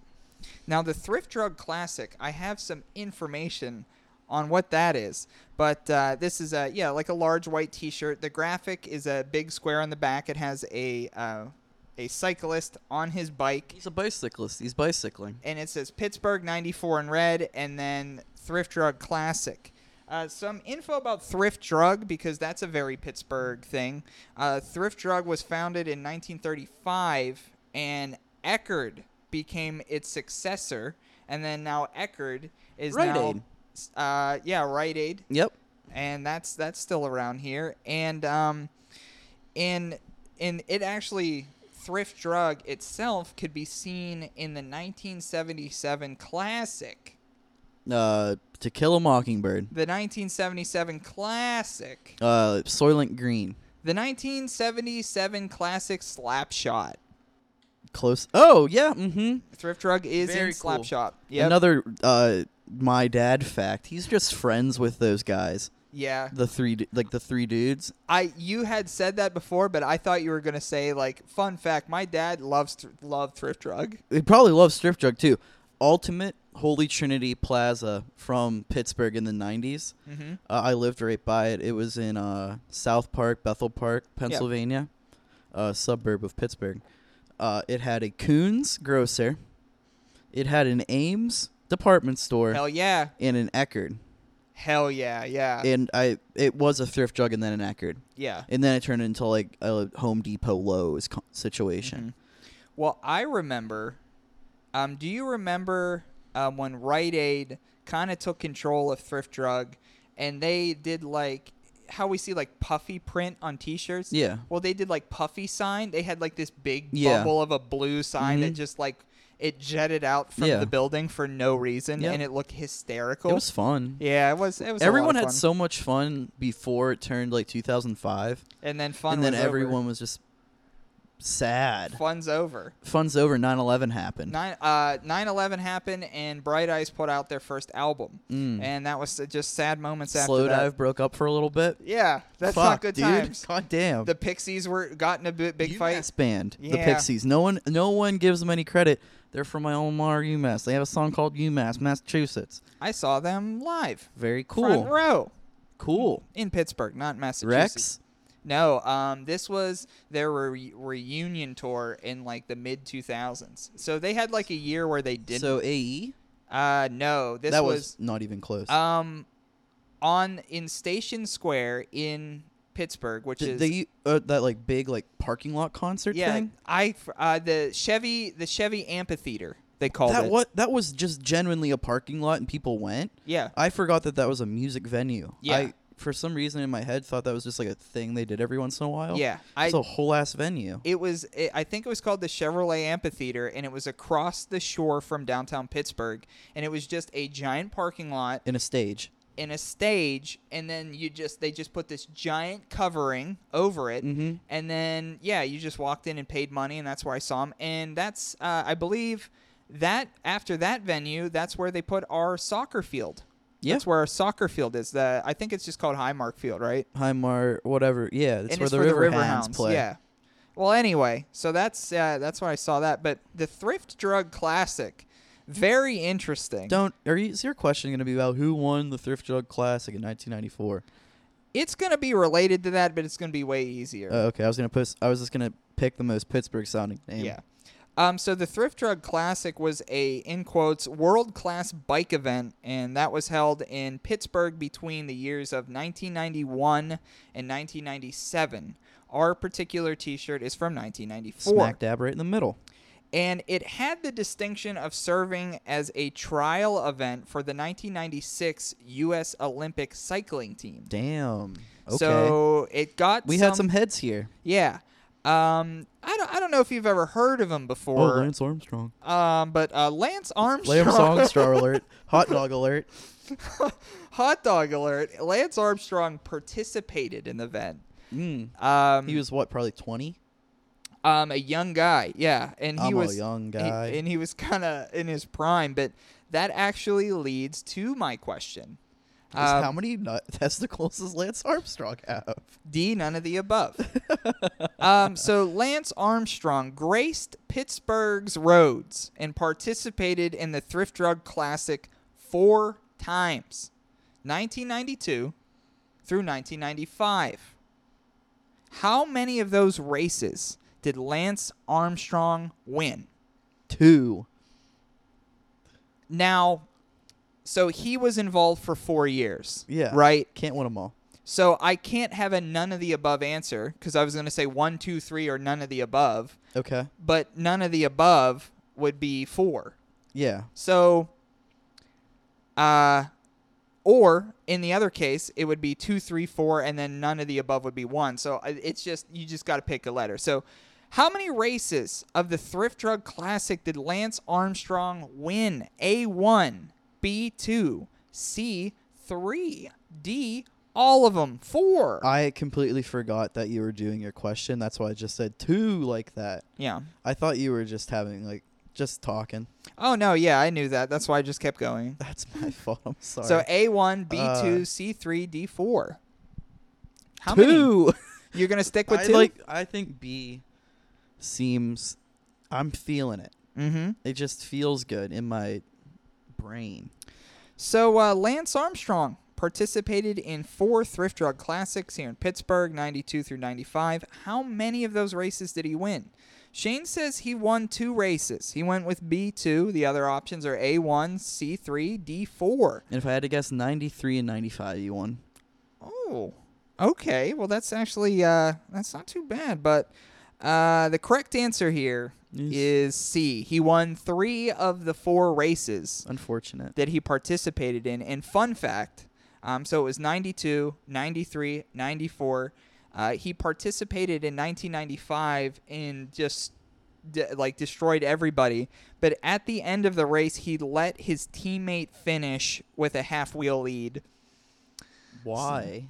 C: Now the thrift drug classic, I have some information on what that is, but uh, this is a yeah like a large white T-shirt. The graphic is a big square on the back. It has a uh, a cyclist on his bike
B: He's a bicyclist. He's bicycling.
C: and it says Pittsburgh 94 in red and then Thrift Drug Classic. Uh, some info about Thrift Drug because that's a very Pittsburgh thing. Uh, Thrift Drug was founded in 1935 and Eckerd became its successor. And then now Eckerd is
B: Rite
C: now,
B: Aid.
C: Uh, yeah, Rite Aid
B: Yep.
C: and that's that's still around here. And um, in in it actually thrift drug itself could be seen in the 1977 classic.
B: Uh, To Kill a Mockingbird.
C: The 1977 classic.
B: Uh, Soylent Green.
C: The 1977 classic Slapshot.
B: Close. Oh yeah. Mm-hmm.
C: Thrift Drug is in
B: Very cool.
C: Slapshot. Yep.
B: Another uh, my dad fact. He's just friends with those guys.
C: Yeah.
B: the three du- like the three dudes.
C: I you had said that before, but I thought you were gonna say like fun fact. My dad loves thr loved thrift drug.
B: They probably love Strip Drug too. Ultimate Holy Trinity Plaza from Pittsburgh in the 90s.
C: Mm-hmm.
B: Uh, I lived right by it. It was in uh, South Park, Bethel Park, Pennsylvania, uh, suburb of Pittsburgh. Uh, it had a Coons grocer, it had an Ames department store,
C: Hell yeah,
B: and an Eckerd.
C: hell yeah, yeah,
B: And I, it was a thrift drug and then an Eckerd,
C: yeah.
B: and then it turned into like a Home Depot Lowe's co-
C: Mm-hmm.
B: situation.
C: Well, I remember. Um, do you remember um, when Rite Aid kind of took control of thrift drug, and they did like how we see like puffy print on T-shirts?
B: Yeah,
C: Well, they did like puffy sign. They had like this big
B: Yeah.
C: bubble of a blue sign that
B: Mhm.
C: just like it jetted out from
B: Yeah.
C: the building for no reason,
B: Yeah.
C: and it looked hysterical.
B: it was fun.
C: yeah, it was. It was. a lot
B: everyone
C: of
B: had
C: fun.
B: so much fun before it turned like 2005,
C: and then fun.
B: and then
C: was over.
B: everyone was just sad.
C: fun's over.
B: Fun's over. 9/11 happened.
C: Nine uh nine eleven happened, and Bright Eyes put out their first album,
B: Mm.
C: and that was uh, just sad moments
B: Slow
C: after that.
B: dive broke up for a little bit.
C: Yeah, that's
B: Fuck,
C: not good
B: dude.
C: times.
B: *laughs* God damn.
C: The Pixies were got in a bi- big
B: UMass
C: fight.
B: band, the
C: Yeah.
B: Pixies. No one, no one gives them any credit. They're from my alma mater, UMass. They have a song called UMass, Massachusetts.
C: I saw them live,
B: Very cool.
C: front row
B: Cool.
C: in Pittsburgh, not Massachusetts.
B: Rex.
C: No, um, this was their re- reunion tour in like the mid 2000s. So they had like a year where they didn't.
B: So AE.
C: uh, no, this
B: that was, not even close.
C: um, on in Station Square in Pittsburgh, which
B: Did
C: is
B: they uh, that like big like parking lot concert
C: yeah,
B: thing?
C: I uh, the Chevy the Chevy Amphitheater they called
B: That
C: it.
B: what that was just genuinely a parking lot and people went.
C: Yeah,
B: I forgot that that was a music venue.
C: Yeah.
B: I for some reason in my head thought that was just like a thing they did every once in a while.
C: yeah. I
B: It's a whole ass venue.
C: it was it, i think it was called the chevrolet amphitheater and it was across the shore from downtown pittsburgh and it was just a giant parking lot
B: in a stage.
C: in a stage and then you just they just put this giant covering over it
B: Mhm.
C: and then yeah you just walked in and paid money and that's where i saw him and that's uh, i believe that after that venue that's where they put our soccer field
B: Yeah.
C: that's where our soccer field is the i think it's just called highmark field right
B: Highmar, whatever. Yeah, it's
C: and
B: where
C: it's
B: the
C: for
B: River
C: the
B: Hounds play.
C: Yeah. Well, anyway, so that's uh, that's why I saw that. But the Thrift Drug Classic, very interesting.
B: Don't are you, is your question going to be about who won the Thrift Drug Classic in 1994?
C: It's gonna be related to that, but it's gonna be way easier.
B: Uh, okay, I was going to post. I was just going to pick the most Pittsburgh sounding name.
C: yeah. Um, so the Thrift Drug Classic was a in quotes world class bike event, and that was held in Pittsburgh between the years of 1991 and 1997. Our particular T-shirt is from 1994.
B: smack dab right in the middle.
C: and it had the distinction of serving as a trial event for the 1996 U.S. Olympic cycling team.
B: Damn. Okay.
C: So it got
B: we
C: some,
B: had some heads here.
C: yeah. Um, I don't I don't know if you've ever heard of him before.
B: Oh, Armstrong.
C: Um, but uh, Lance Armstrong.
B: Lamb
C: *laughs*
B: song star alert. Hot dog alert.
C: Hot dog alert! Lance Armstrong participated in the event.
B: Mm.
C: Um,
B: He was what, probably 20?
C: um a young guy yeah and he
B: I'm a
C: was
B: young
C: he-
B: guy.
C: and he was kind of in his prime but that actually leads to my question
B: Just
C: Um,
B: how many *laughs* nut testicles does Lance Armstrong have?
C: d none of the above *laughs* um, so lance armstrong graced pittsburgh's roads and participated in the thrift drug classic four times 1992 through 1995 how many of those races did lance armstrong win
B: Two.
C: Now, so he was involved for four years.
B: Yeah.
C: Right?
B: Can't win them all.
C: So I can't have a none of the above answer because I was going to say one, two, three, or none of the above,
B: Okay.
C: but none of the above would be four.
B: Yeah.
C: So, uh, or in the other case, it would be two, three, four, and then none of the above would be one. So I- it's just, you just got to pick a letter. So, how many races of the Thrift Drug Classic did Lance Armstrong win? A1, B2, C3, D, all of them, four.
B: I completely forgot that you were doing your question. That's why I just said two like that.
C: yeah.
B: I thought you were just having like Just talking. *laughs*
C: Oh no, yeah, I knew that. That's why I just kept going.
B: That's my fault. I'm *laughs* sorry.
C: So eh, A one, B two,
B: Uh,
C: C three, D four. How many?
B: *laughs* two.
C: You're gonna stick with
B: I
C: two?
B: like. I think B seems. I'm feeling it.
C: mm-hmm.
B: It just feels good in my brain.
C: So uh, Lance Armstrong participated in four thrift drug classics here in Pittsburgh, 92 through 95. How many of those races did he win? Shane says he won two races. He went with B2. The other options are A1, C3, D4.
B: And if I had to guess, 93 and 95, you won.
C: Oh, okay. Well, that's actually uh, that's not too bad. But uh, the correct answer here
B: Is-
C: is C. He won three of the four races
B: Unfortunate.
C: that he participated in. And fun fact um, so it was 92, 93, 94. Uh, he participated in 1995 and just de- like destroyed everybody. But at the end of the race, he let his teammate finish with a half wheel lead.
B: Why?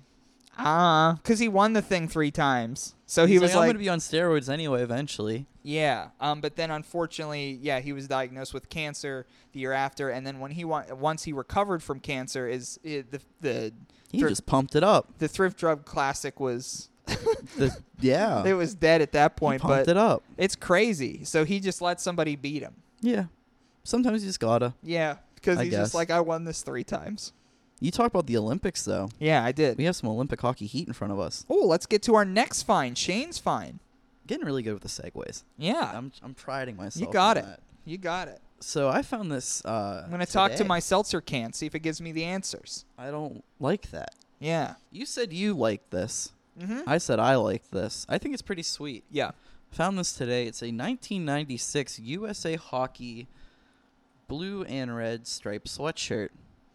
C: Ah, because he won the thing three times. So he
B: He's
C: was
B: I'm
C: like,
B: gonna be on steroids anyway eventually.
C: yeah. Um, but then unfortunately, yeah, he was diagnosed with cancer the year after, and then when he wa- once he recovered from cancer, is it, the the
B: He
C: thr-
B: just pumped it
C: *laughs*
B: up.
C: the thrift drug classic was
B: *laughs* The, yeah.
C: *laughs* it was dead at that
B: he
C: point.
B: pumped
C: But
B: it up.
C: it's crazy. So he just let somebody beat him.
B: Yeah. Sometimes you just gotta.
C: Yeah, because
B: I
C: he's just
B: guess.
C: like, I won this three times.
B: You talk about the Olympics though.
C: Yeah, I did.
B: We have some Olympic hockey heat in front of us.
C: Oh, let's get to our next find. Shane's fine.
B: Getting really good with the segues.
C: Yeah,
B: I'm I'm priding myself.
C: you got
B: on
C: it.
B: that.
C: You got it.
B: So I found this. Uh,
C: I'm gonna talk to
B: today.
C: my seltzer can, see if it gives me the answers.
B: I don't like that.
C: Yeah.
B: You said you liked this.
C: Mm-hmm.
B: I said I liked this. I think it's pretty sweet.
C: Yeah.
B: Found this today. It's a 1996 USA Hockey blue and red striped sweatshirt.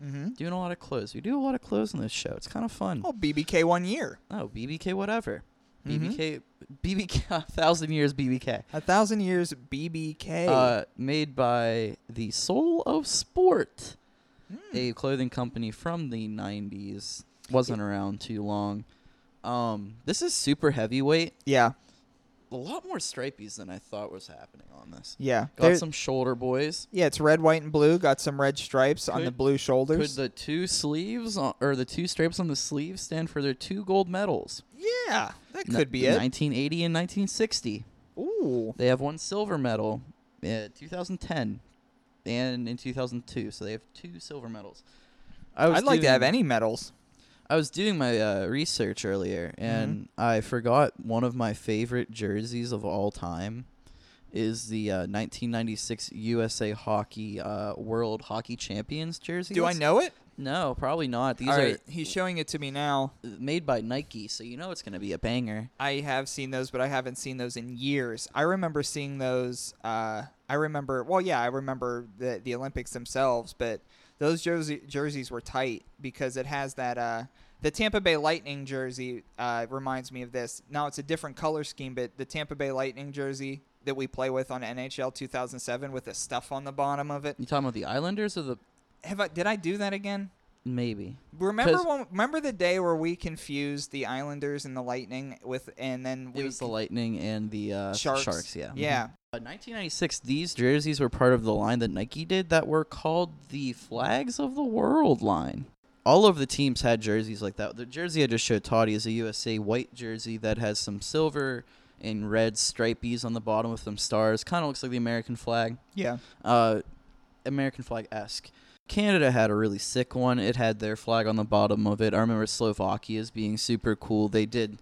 C: Mm-hmm.
B: Doing a lot of clothes. We do a lot of clothes in this show. It's kind of fun.
C: Oh, BBK one year.
B: Oh, BBK whatever.
C: Mhm.
B: BBK BBK *laughs* a thousand years BBK.
C: A thousand years BBK.
B: Uh, made by the Soul of Sport, a clothing company from the '90s. Wasn't around too long. Um, this is super heavyweight.
C: yeah.
B: A lot more stripies than I thought was happening on this.
C: Yeah.
B: Got
C: There-
B: some shoulder boys.
C: yeah, it's red, white, and blue. Got some red stripes on the
B: Could-
C: blue
B: Could
C: shoulders.
B: the two sleeves on, or the two stripes on the sleeve stand for their two gold medals?
C: yeah, that
B: Ni-
C: could be it.
B: 1980 and 1960.
C: Ooh.
B: They have one silver medal in 2010 and in 2002, so they have two silver medals. I
C: I'd like to have
B: doing-
C: any medals.
B: I was doing my uh, research earlier,
C: Mm-hmm.
B: and I forgot one of my favorite jerseys of all time is the uh, 1996 USA Hockey uh, World Hockey Champions jersey.
C: Do I know it?
B: No, probably not. These
C: All
B: are
C: right, he's showing it to me now.
B: made by Nike, so you know it's gonna be a banger.
C: I have seen those, but I haven't seen those in years. I remember seeing those. Uh, I remember. Well, yeah, I remember the the Olympics themselves, but those jersey, jerseys were tight because it has that. Uh, the Tampa Bay Lightning jersey uh, reminds me of this. Now it's a different color scheme, but the Tampa Bay Lightning jersey that we play with on NHL 2007 with the stuff on the bottom of it.
B: You talking about the Islanders or the
C: Have I, did I do that again?
B: maybe?
C: Remember
B: 'Cause-
C: when? Remember the day where we confused the Islanders and the Lightning with, and then we
B: It was the
C: con-
B: Lightning and the uh,
C: Sharks.
B: yeah.
C: Yeah.
B: Uh, 1996, these jerseys were part of the line that Nike did that were called the Flags of the World line. All of the teams had jerseys like that. The jersey I just showed Toddy is a USA white jersey that has some silver and red stripies on the bottom with some stars. Kind of looks like the American flag.
C: Yeah.
B: uh, American flag esque. Canada had a really sick one. It had their flag on the bottom of it. I remember Slovakia as being super cool. They did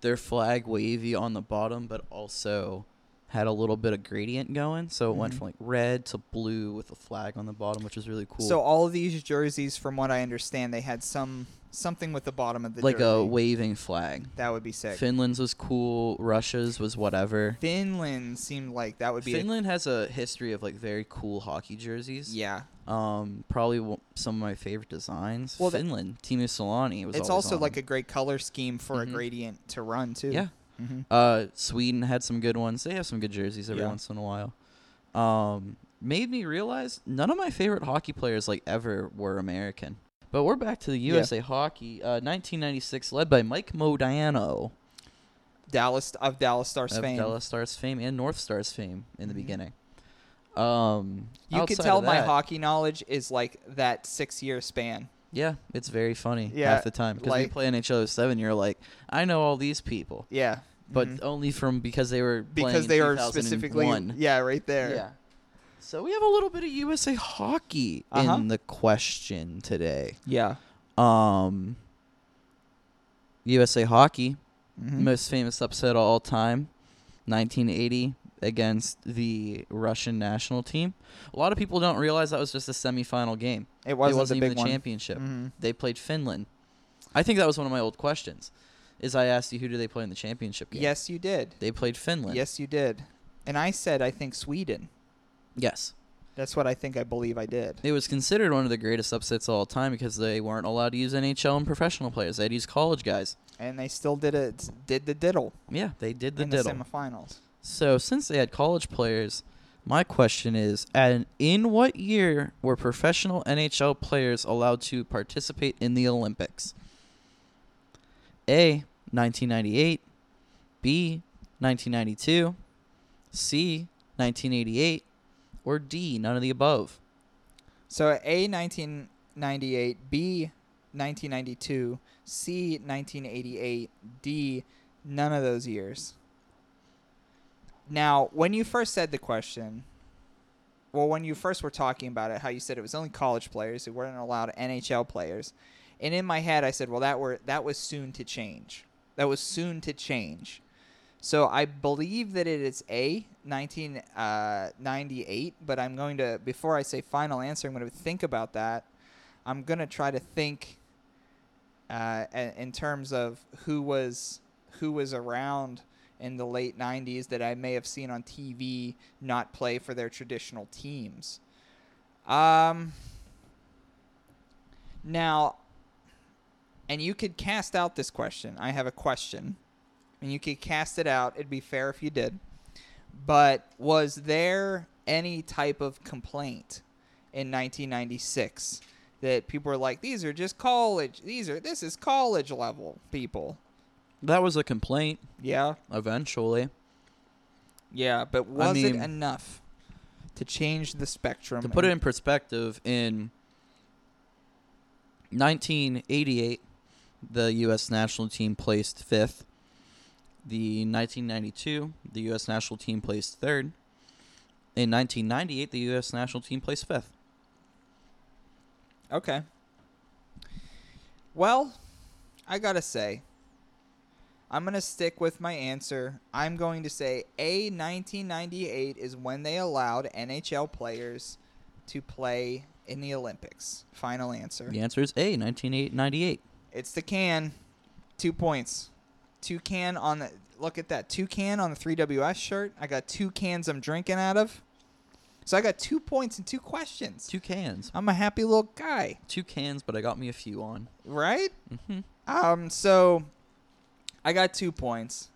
B: their flag wavy on the bottom, but also had a little bit of gradient going. So it went
C: Mhm.
B: from like red to blue with a flag on the bottom, which was really cool.
C: So all these jerseys, from what I understand, they had some something with the bottom of the
B: like
C: jersey.
B: a waving flag.
C: that would be sick.
B: Finland's was cool. Russia's was whatever.
C: Finland seemed like that would be a-
B: Finland has a history of like very cool hockey jerseys.
C: yeah.
B: Um, probably w- some of my favorite designs.
C: Well,
B: Well,
C: the-
B: Finland, Timu Solani was.
C: It's
B: always
C: also
B: on.
C: like a great color scheme for a
B: Mhm.
C: gradient to run too.
B: yeah.
C: Mhm.
B: Uh, Sweden had some good ones. They have some good jerseys every
C: Yeah.
B: once in a while. Um, made me realize none of my favorite hockey players like ever were American. But we're back to the
C: Yeah.
B: USA Hockey, uh, 1996, led by Mike Modiano
C: Dallas of Dallas Stars
B: of
C: fame.
B: Dallas Stars fame and North Stars fame in the
C: Mhm.
B: beginning. Um,
C: You
B: outside
C: could
B: of
C: tell my
B: that-
C: hockey knowledge is like that six year span.
B: Yeah, it's very funny
C: Yeah,
B: half the time because we
C: like-
B: play NHL seven. You're like, I know all these people,
C: Yeah.
B: but
C: Mhm.
B: only from because they were playing
C: because
B: in
C: they are
B: 2001.
C: specifically yeah right there.
B: Yeah. So we have a little bit of USA hockey
C: Uh-huh.
B: in the question today.
C: Yeah.
B: Um, USA hockey,
C: Mhm.
B: most famous upset of all time, 1980 against the Russian national team. A lot of people don't realize that was just a semifinal game.
C: It wasn't,
B: it wasn't
C: the big
B: even the
C: one.
B: championship.
C: Mhm.
B: They played Finland. I think that was one of my old questions. Is I asked you who do they play in the championship game?
C: Yes, you did.
B: They played Finland.
C: Yes, you did. And I said I think Sweden.
B: Yes.
C: That's what I think I believe I did.
B: It was considered one of the greatest upsets of all time because they weren't allowed to use NHL and professional players. They'd use college guys.
C: And they still did it. Did the diddle
B: Yeah, they did the
C: in the
B: diddle.
C: semifinals.
B: so since they had college players, my question is: and in what year were professional NHL players allowed to participate in the Olympics? A. 1998. B. 1992. C. 1988. Or D. None of the above.
C: So A 1998, B 1992, C 1988, D none of those years. Now, when you first said the question, well, when you first were talking about it, how you said it was only college players who weren't allowed NHL players, and in my head I said, well, that were that was soon to change. That was soon to change. So I believe that it is A, 1998, but I'm going to, before I say final answer, I'm going to think about that. I'm going to try to think uh, a- in terms of who was who was around in the late 90s that I may have seen on TV not play for their traditional teams. Um, now, and you could cast out this question. I have a question and you could cast it out. It'd be fair if you did. But was there any type of complaint in 1996 that people were like, these are just college, these are, this is college level people?
B: That was a complaint.
C: Yeah.
B: Eventually,
C: Yeah. But was
B: mean-
C: it enough to change the spectrum?
B: to put it
C: and-
B: in perspective, in 1988, the U.S. national team placed fifth. The 1992, the U.S. national team placed third. In 1998, the U.S. national team placed fifth.
C: Okay. Well, I gotta say, I'm gonna stick with my answer. I'm going to say A 1998 is when they allowed NHL players to play in the Olympics. Final answer.
B: The answer is A, 1998.
C: It's the can. Two points. Two can on the look at that. Two can on the 3WS shirt. I got two cans I'm drinking out of. So I got two points and two questions.
B: Two cans.
C: I'm a happy little guy,
B: Two cans, but I got me a few on.
C: right?
B: Mm-hmm.
C: Um, so I got two points,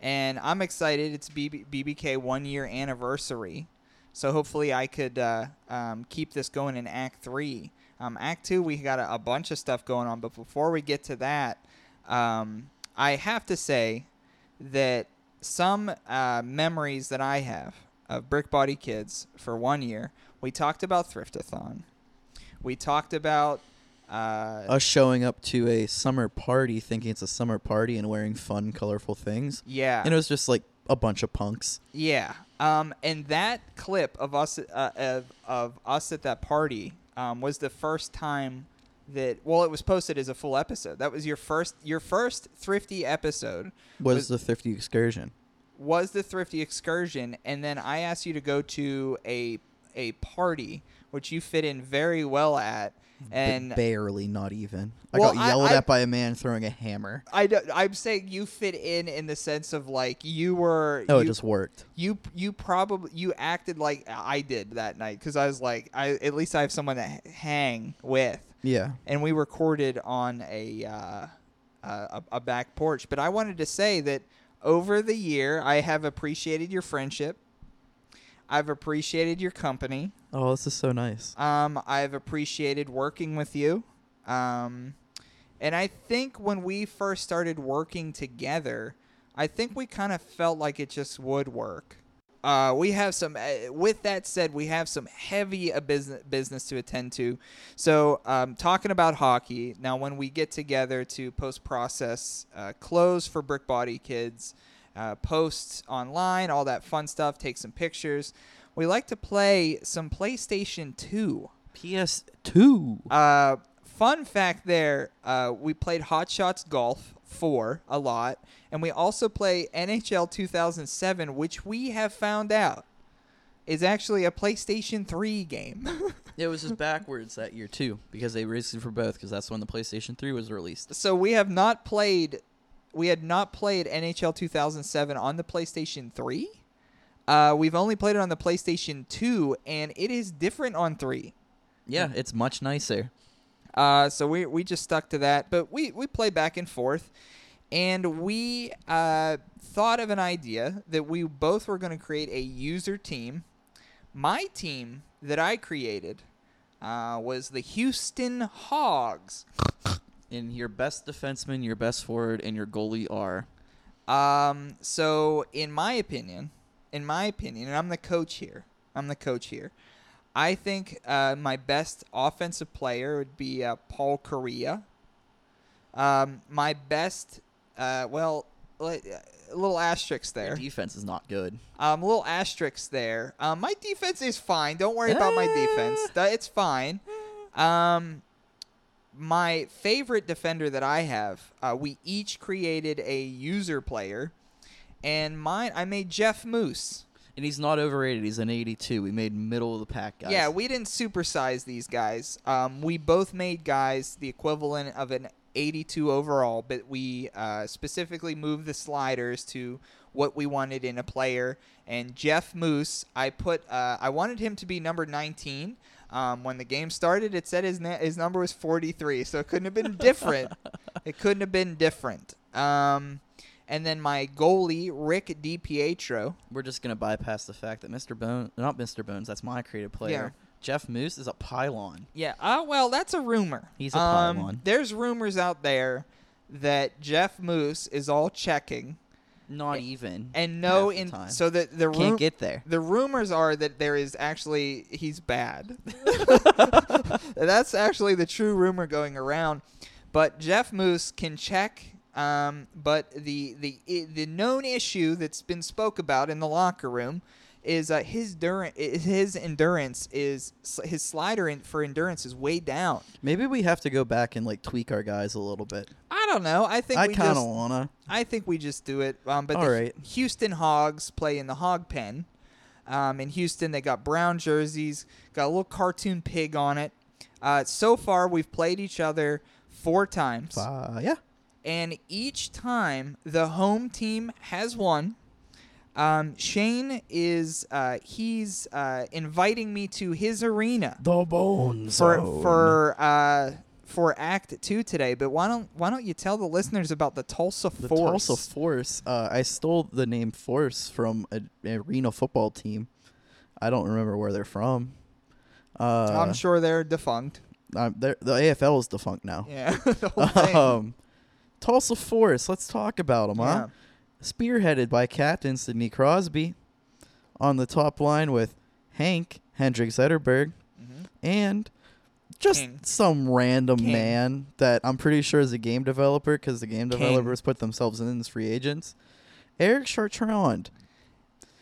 C: and I'm excited. It's BB- BBK one year anniversary, so hopefully I could uh, um, keep this going in Act Three. Um, Act Two, we got a, a bunch of stuff going on, but before we get to that, um, I have to say that some uh, memories that I have of Brick Body Kids for one year. We talked about Thriftathon. We talked about. Uh,
B: Us showing up to a summer party thinking it's a summer party and wearing fun, colorful things.
C: yeah.
B: And it was just like a bunch of punks.
C: Yeah. Um, and that clip of us uh, of, of us at that party um, was the first time that well, it was posted as a full episode. That was your first your first thrifty episode
B: was,
C: was
B: the thrifty excursion.
C: was the thrifty excursion, and then I asked you to go to a a party which you fit in very well at, and
B: but barely, not even.
C: Well,
B: I
C: I-
B: got yelled
C: I-
B: at by a man throwing a hammer.
C: I don't, I'm saying you fit in in the sense of like you were
B: No, it
C: you-
B: just worked.
C: you you probably you acted like I did that night because I was like I at least I have someone to h- hang with,
B: Yeah.
C: and we recorded on a uh, a- a, a back porch. But I wanted to say that over the year I have appreciated your friendship. I've appreciated your company.
B: Oh, this is so nice.
C: Um, I've appreciated working with you. Um, and I think when we first started working together, I think we kind of felt like it just would work. Uh, we have some. Uh, with that said, we have some heavy a business business to attend to. So, um, talking about hockey now, when we get together to post process uh, clothes for Brick Body Kids, uh, posts online, all that fun stuff, take some pictures. We like to play some PlayStation Two.
B: PS2.
C: Uh, fun fact there, uh, we played Hot Shots Golf 4 a lot, and we also play NHL 2007, which we have found out is actually a PlayStation 3 game.
B: It was just backwards that year too, because they released it for both, because that's when the PlayStation 3 was released.
C: so we have not played we had not played NHL 2007 on the PlayStation 3. Uh, we've only played it on the PlayStation 2, and it is different on 3.
B: Yeah, it's much nicer.
C: Uh, so we, we just stuck to that. But we, we play back and forth. And we uh, thought of an idea that we both were going to create a user team. My team that I created uh, was the Houston Hogs.
B: And your best defenseman, your best forward, and your goalie are.
C: Um, so in my opinion, in my opinion, and I'm the coach here. I'm the coach here. I think uh, my best offensive player would be uh, Paul Correa. Um, my best, uh, well, li- a little asterisk there.
B: Defense is not good.
C: Um, a little asterisk there. Um, my defense is fine. Don't worry about my defense. Th- It's fine. Um, my favorite defender that I have, uh, we each created a user player, and mine I made Jeff Moose.
B: And he's not overrated. He's an 82. We made middle of the pack guys.
C: Yeah, we didn't supersize these guys. Um, we both made guys the equivalent of an 82 overall, but we uh, specifically moved the sliders to what we wanted in a player. And Jeff Moose, I put, uh, I wanted him to be number 19. Um, when the game started, it said his na- his number was 43, so it couldn't have been different. it couldn't have been different. Um, and then my goalie, Rick DiPietro.
B: We're just gonna bypass the fact that Mr. Bones, not Mr. Bones, that's my creative player.
C: Yeah.
B: Jeff Moose is a pylon.
C: Yeah. Uh, well, that's a rumor.
B: He's a
C: um,
B: pylon.
C: There's rumors out there that Jeff Moose is all checking
B: Not even.
C: and no
B: half the
C: in
B: time.
C: so the the ru-
B: can't get there.
C: the rumors are that there is actually he's
B: *laughs*
C: bad. *laughs* That's actually the true rumor going around. But Jeff Moose can check. Um, but the the i- the known issue that's been spoke about in the locker room is uh, his durant his endurance is his slider in, for endurance is way down.
B: Maybe we have to go back and like tweak our guys a little bit.
C: I don't know. I think
B: I
C: we
B: kind of
C: just,
B: wanna.
C: I think we just do it. Um, but
B: All
C: the
B: right.
C: Houston Hogs play in the Hog Pen. Um, in Houston, they got brown jerseys, got a little cartoon pig on it. Uh, so far, we've played each other four times,
B: Uh, yeah.
C: and each time the home team has won. Um, Shane is uh, he's uh, inviting me to his arena
B: The bones.
C: for for uh for Act Two today. But why don't why don't you tell the listeners about the Tulsa
B: the
C: Force?
B: Tulsa Force. Uh, I stole the name Force from a- an arena football team. I don't remember where they're from. Uh,
C: I'm sure they're defunct.
B: I'm- they're, the AFL is defunct now.
C: Yeah, *laughs* the whole
B: *laughs*
C: thing.
B: Um, Tulsa Force. Let's talk about them, huh?
C: Yeah.
B: Spearheaded by Captain Sidney Crosby, on the top line with Hank Hendrik Zetterberg, and just
C: King.
B: some random
C: King.
B: man that I'm pretty sure is a game developer because the game
C: King.
B: developers put themselves in as free agents. Eric Chartrand,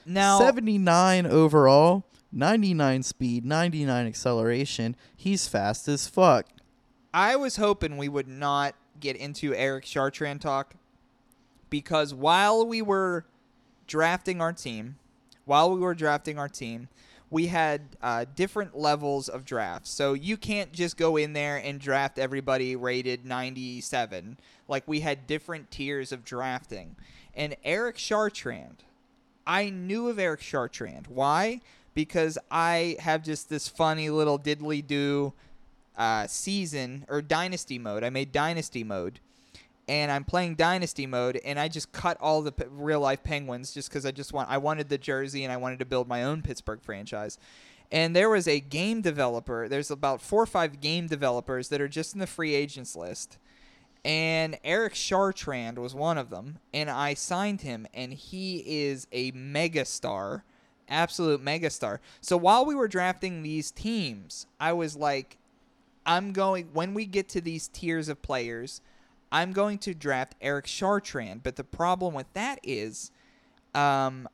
C: Now,
B: 79 overall, 99 speed, 99 acceleration. He's fast as fuck.
C: I was hoping we would not get into Eric Chartrand talk because while we were drafting our team, while we were drafting our team, we had uh, different levels of drafts. So you can't just go in there and draft everybody rated 97. Like we had different tiers of drafting. And Eric Chartrand, I knew of Eric Chartrand. Why? Because I have just this funny little diddly do uh, season or dynasty mode. I made dynasty mode, and I'm playing dynasty mode, and I just cut all the p- real life penguins just because I just want I wanted the jersey and I wanted to build my own Pittsburgh franchise. And there was a game developer. There's about four or five game developers that are just in the free agents list. And Eric Chartrand was one of them, and I signed him, and he is a megastar absolute megastar. So while we were drafting these teams, I was like, I'm going when we get to these tiers of players, I'm going to draft Eric Chartrand. But the problem with that is, um,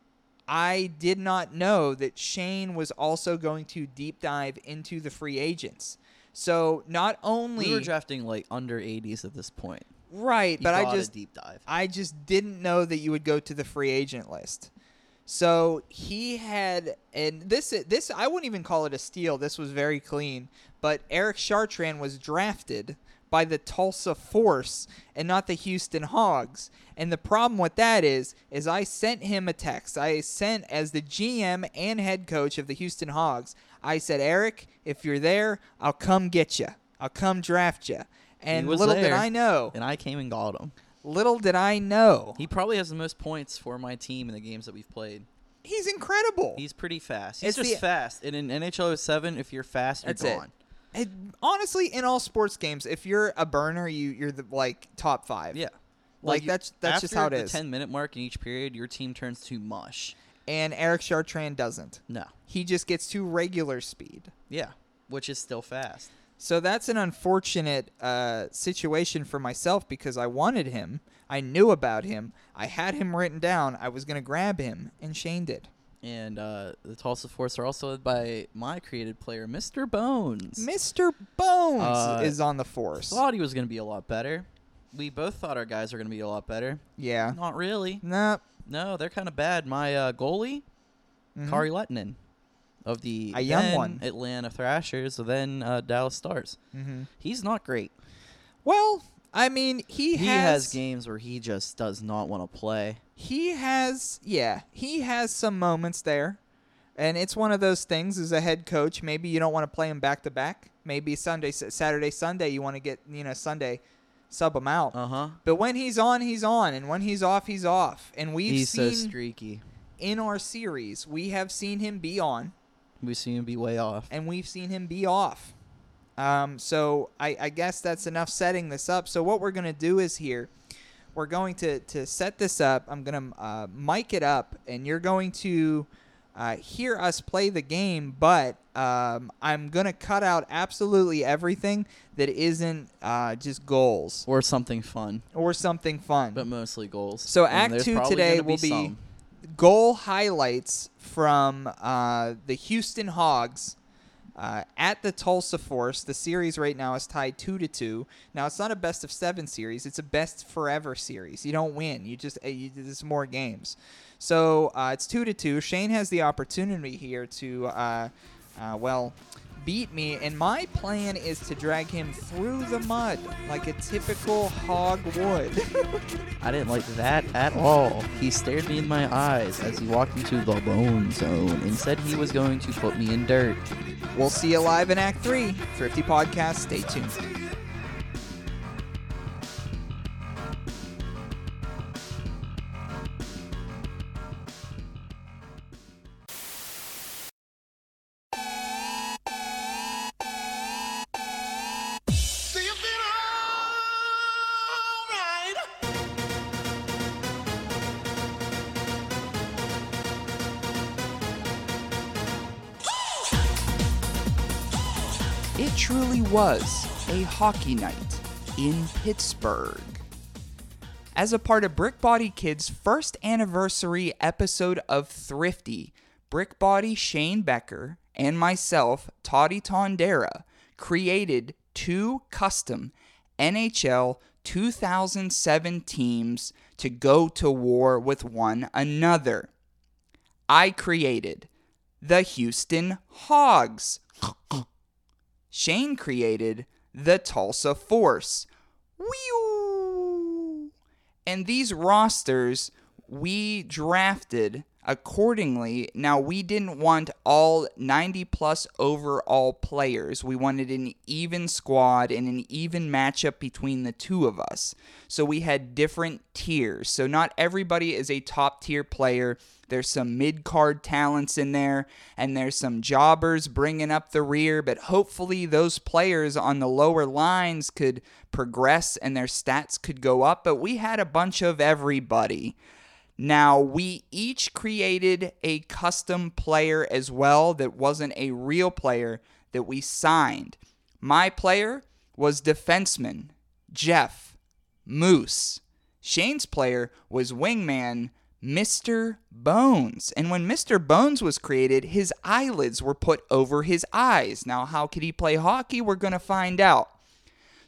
C: I did not know that Shane was also going to deep dive into the free agents. So not only
B: We were drafting like under 80s at this point.
C: right,
B: You
C: but I
B: gotta
C: just
B: deep dive.
C: I just didn't know that you would go to the free agent list. So he had, and this this I wouldn't even call it a steal. This was very clean. But Eric Chartrand was drafted by the Tulsa Force and not the Houston Hogs. And the problem with that is, is I sent him a text. I sent as the GM and head coach of the Houston Hogs. I said, Eric, if you're there, I'll come get you. I'll come draft you.
B: He
C: And
B: was
C: little did
B: there,
C: I know,
B: and I came and got him.
C: little did I know,
B: He probably has the most points for my team in the games that we've played.
C: He's incredible.
B: He's pretty fast. He's
C: It's
B: just
C: the-
B: fast. And in NHL 07, if you're fast, you're
C: That's it.
B: gone.
C: And honestly, in all sports games, if you're a burner, you you're the like top five.
B: Yeah.
C: Like, that's- that's just
B: after
C: how it
B: the
C: is.
B: 10 minute mark in each period, your team turns to mush.
C: And Eric Chartrand doesn't.
B: No.
C: He just gets to regular speed.
B: Yeah. Which is still fast.
C: So that's an unfortunate uh, situation for myself because I wanted him. I knew about him. I had him written down. I was gonna grab him, and Shane did.
B: And uh, the Tulsa Force are also led by my created player, Mr. Bones.
C: Mr. Bones
B: Uh,
C: is on the force.
B: thought he was going to be a lot better. We both thought our guys were going to be a lot better.
C: Yeah.
B: Not really.
C: Nah.
B: No, they're kind of bad. My uh, goalie, Kari Lettinen of the
C: Mm-hmm. A young
B: then
C: one.
B: Atlanta Thrashers, then uh, Dallas Stars.
C: hmm
B: He's not great.
C: Well, I mean, he,
B: He, has,
C: has
B: games where he just does not want to play.
C: he has yeah he has some moments there and it's one of those things as a head coach maybe you don't want to play him back to back maybe sunday S- saturday sunday you want to get you know sunday sub him out
B: Uh huh.
C: but when he's on he's on and when he's off he's off and we've
B: He's so
C: seen
B: streaky.
C: in our series we have seen him be on
B: We see him be way off.
C: and we've seen him be off. Um, so I, I guess that's enough setting this up. So what we're gonna do is here, we're going to to set this up. I'm gonna uh, mic it up, and you're going to uh, hear us play the game. But um, I'm gonna cut out absolutely everything that isn't uh, just goals
B: Or something fun,
C: or something fun.
B: but mostly goals.
C: So
B: And
C: Act
B: there's
C: Two
B: probably
C: today
B: gonna
C: will be
B: some.
C: goal highlights from uh, the Houston Hogs uh, at the Tulsa Force. The series right now is tied two to two. Now it's not a best of seven series; it's a best forever series. You don't win; you just uh, you, there's more games. So uh, it's two to two. Shane has the opportunity here to, uh, uh, well, beat me, and my plan is to drag him through the mud like a typical hog would. *laughs*
B: I didn't like that at all. He stared me in my eyes as he walked into the bone zone and said he was going to put me in dirt.
C: We'll see you live in Act 3. Thrifty Podcast, stay tuned.
D: See if it all right.
C: It truly was a hockey night in Pittsburgh. As a part of Brick Body Kids' first anniversary episode of Thrifty, Brick Body Shane Becker and myself, Toddy Tondera, created two custom NHL 2007 teams to go to war with one another. I created the Houston Hogs. Shane created the Tulsa Force. Whew! And these rosters we drafted accordingly. Now, we didn't want all 90 plus overall players. We wanted an even squad and an even matchup between the two of us. So we had different tiers. So not everybody is a top tier player. There's some mid card talents in there, and there's some jobbers bringing up the rear. But hopefully, those players on the lower lines could progress and their stats could go up. But we had a bunch of everybody. Now, we each created a custom player as well that wasn't a real player that we signed. My player was defenseman Jeff Moose. Shane's player was wingman Mr. Bones. And when Mr. Bones was created, his eyelids were put over his eyes. Now, how could he play hockey? We're going to find out.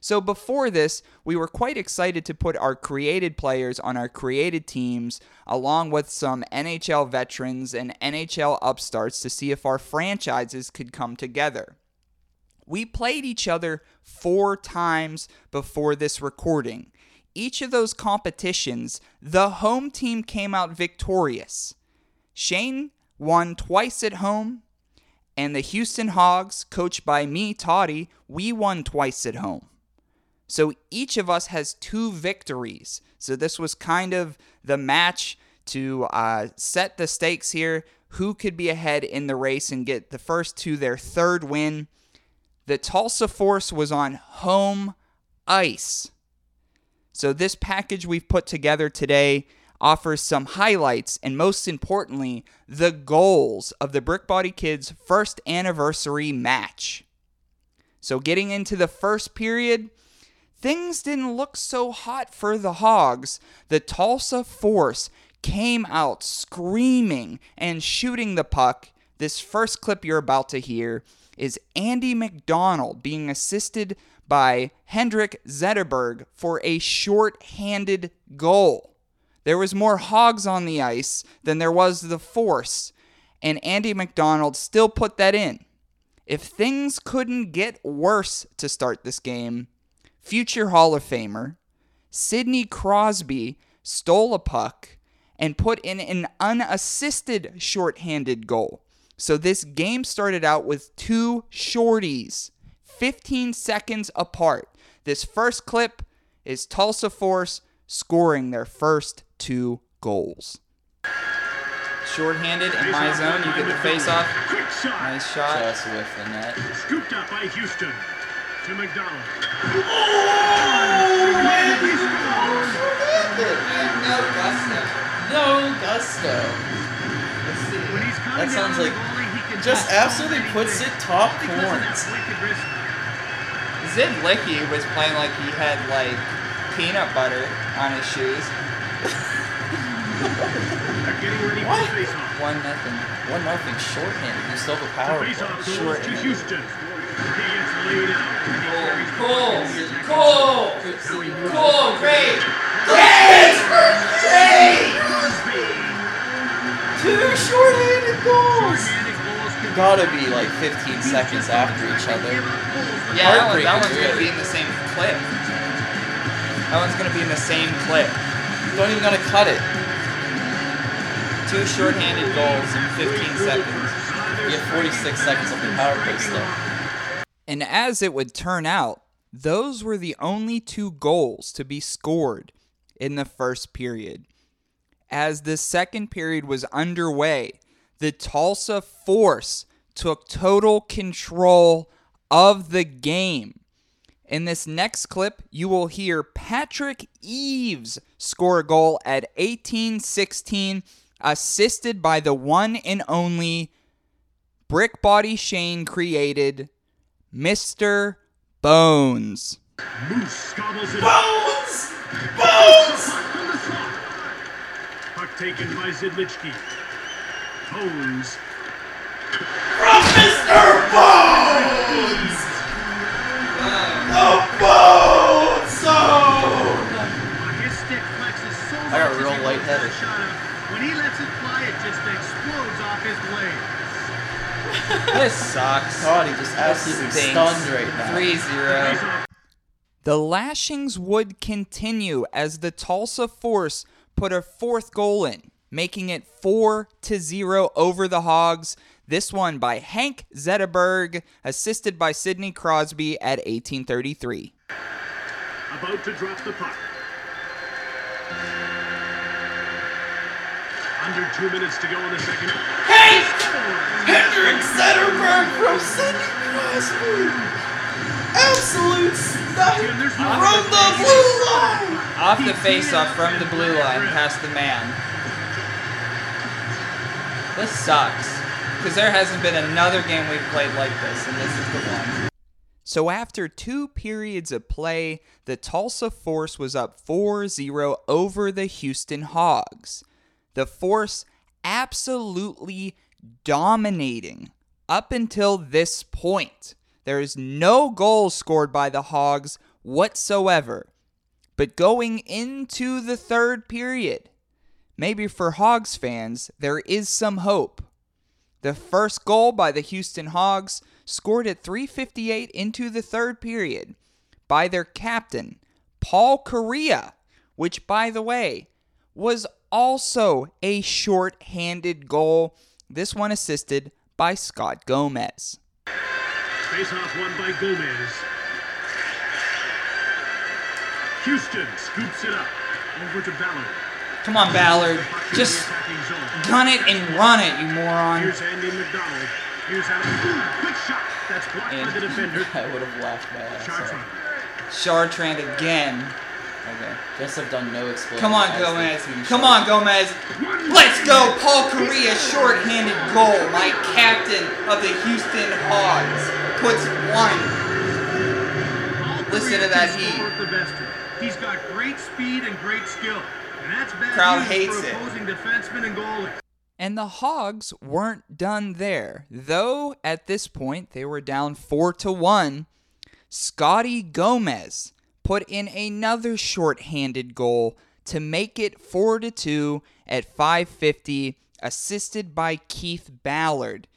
C: So before this, we were quite excited to put our created players on our created teams, along with some NHL veterans and NHL upstarts to see if our franchises could come together. We played each other four times before this recording. Each of those competitions, the home team came out victorious. Shane won twice at home, and the Houston Hogs, coached by me, Toddy, we won twice at home. So each of us has two victories. So this was kind of the match to uh, set the stakes here. Who could be ahead in the race and get the first to their third win? The Tulsa Force was on home ice. So this package we've put together today offers some highlights and most importantly, the goals of the Brick Body Kids first anniversary match. So getting into the first period, things didn't look so hot for the Hogs. The Tulsa Force came out screaming and shooting the puck. This first clip you're about to hear is Andy McDonald being assisted by Hendrik Zetterberg for a short-handed goal. There was more hogs on the ice than there was the force, and Andy McDonald still put that in. If things couldn't get worse to start this game, future Hall of Famer Sidney Crosby stole a puck and put in an unassisted shorthanded goal. So this game started out with two shorties, 15 seconds apart. This first clip is Tulsa Force scoring their first two goals. Shorthanded in my zone, you get the face off.
A: Quick shot.
C: Nice shot.
B: Just with the net.
A: Scooped up by Houston to McDonald.
B: No gusto.
A: When he's coming
B: That
A: down
B: sounds
A: on the
B: like-
A: goalie, he can
B: Just
D: Ah.
A: pass.
B: absolutely puts it top
A: Because of that
B: corns.
A: wicked wrist.
C: Zib Licky was playing like he had like peanut butter on his shoes.
A: They're uh, getting ready for the face-off.
B: One nothing. One nothing. Shorthanded. You still have a power play.
A: Face-off goes to
B: Shorthanded.
A: Houston. He gets laid out. and he carries the
E: Cole,
A: ball.
E: Cole, Cole, great.
B: Two shorthanded goals.
A: Shorthanded goals can
B: Gotta be like 15 seconds after each other.
C: Yeah, that, one, that
B: Heartbreaking,
C: one's gonna
B: really.
C: be in the same clip. That one's gonna be in the same clip.
B: Don't even gotta cut it.
C: Two shorthanded goals in 15 seconds.
B: You have 46 seconds of the power play still.
C: And as it would turn out, those were the only two goals to be scored in the first period. As the second period was underway, the Tulsa Force took total control of the game. In this next clip, you will hear Patrick Eves score a goal at 1816, assisted by the one and only Brick Body Shane created Mr. Bones.
A: Moose gobbles it up.
E: Bones!
A: From the slot. Puck taken by Zidlichki. Bones.
E: From Mr. Bones! The Bones Zone!
A: His stick flexes so much.
B: got
A: as
B: real
A: he
B: lightheaded.
A: lets that shot up. When he lets it fly, it just explodes off his leg.
C: This sucks.
B: Toddy just absolutely
C: Stinks.
B: stunned right now. *laughs*
C: 3-0.
A: Face off.
C: The lashings would continue as the Tulsa Force put a fourth goal in, making it 4 to 0 over the Hogs. This one by Hank Zetterberg, assisted by Sidney Crosby at 1833.
A: About to drop the puck. Under two minutes to go in the second.
E: Hey! Hendrik Zetterberg from Sidney Crosby! Absolute sniper
A: And there's no
E: from the blue line!
C: Off the faceoff from the blue line, past the man. This sucks. Because there hasn't been another game we've played like this, and this is the one. So after two periods of play, the Tulsa Force was up 4 0 over the Houston Hogs. The Force absolutely dominating up until this point. There is no goal scored by the Hogs whatsoever. But going into the third period, maybe for Hogs fans, there is some hope. The first goal by the Houston Hogs scored at 3:58 into the third period by their captain, Paul Correa, which by the way was also a short-handed goal, this one assisted by Scott Gomez.
A: Face-off won by Gomez. Houston scoops it up over to Ballard.
C: Come on, Ballard.
A: Puck in the
C: Just
A: attacking zone.
C: gun it and run it, you moron.
A: Here's Andy McDonald. Here's Adam. Ooh, quick shot. That's blocked by the
C: *laughs*
A: defender.
B: I would have laughed my ass
A: Chartrand.
B: off.
C: Chartrand again. Okay.
B: Guess I've done no explaining.
C: Come on,
B: as
C: Gomez.
B: the team
C: Come
B: should.
C: on, Gomez. Let's go. Paul Correa, shorthanded goal. My captain of the Houston Hogs puts one. Listen to that heat.
A: The best. He's got great speed and great skill. And that's bad
C: Crowd
A: news
C: hates
A: for
C: it.
A: opposing defensemen and goalies.
C: And the Hogs weren't done there. Though at this point they were down 4 to 1, Scotty Gomez put in another shorthanded goal to make it 4 to 2 at 5:50 assisted by Keith Ballard.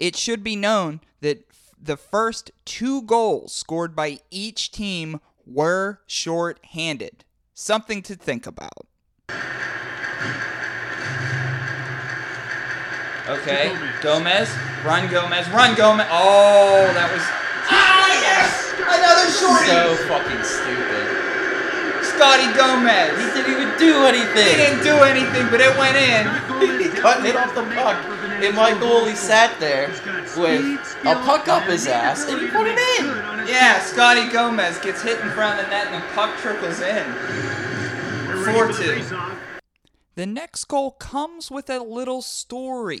C: It should be known that f- the first two goals scored by each team were shorthanded. Something to think about. Okay, Gomez, run Gomez, run Gomez. Oh, that was. Ah, yes! Another
B: So
C: shorty!
B: fucking stupid.
C: Scotty Gomez.
B: He didn't even do
C: He
B: anything.
C: didn't do anything, but it went in. *laughs*
B: He cut it off the puck. And my goalie sat there with a puck up his ass and he put it in.
C: Yeah, Scotty Gomez gets hit in front of the net and the puck trickles in.
A: Four
C: 4-2.
A: two.
C: The next goal comes with a little story.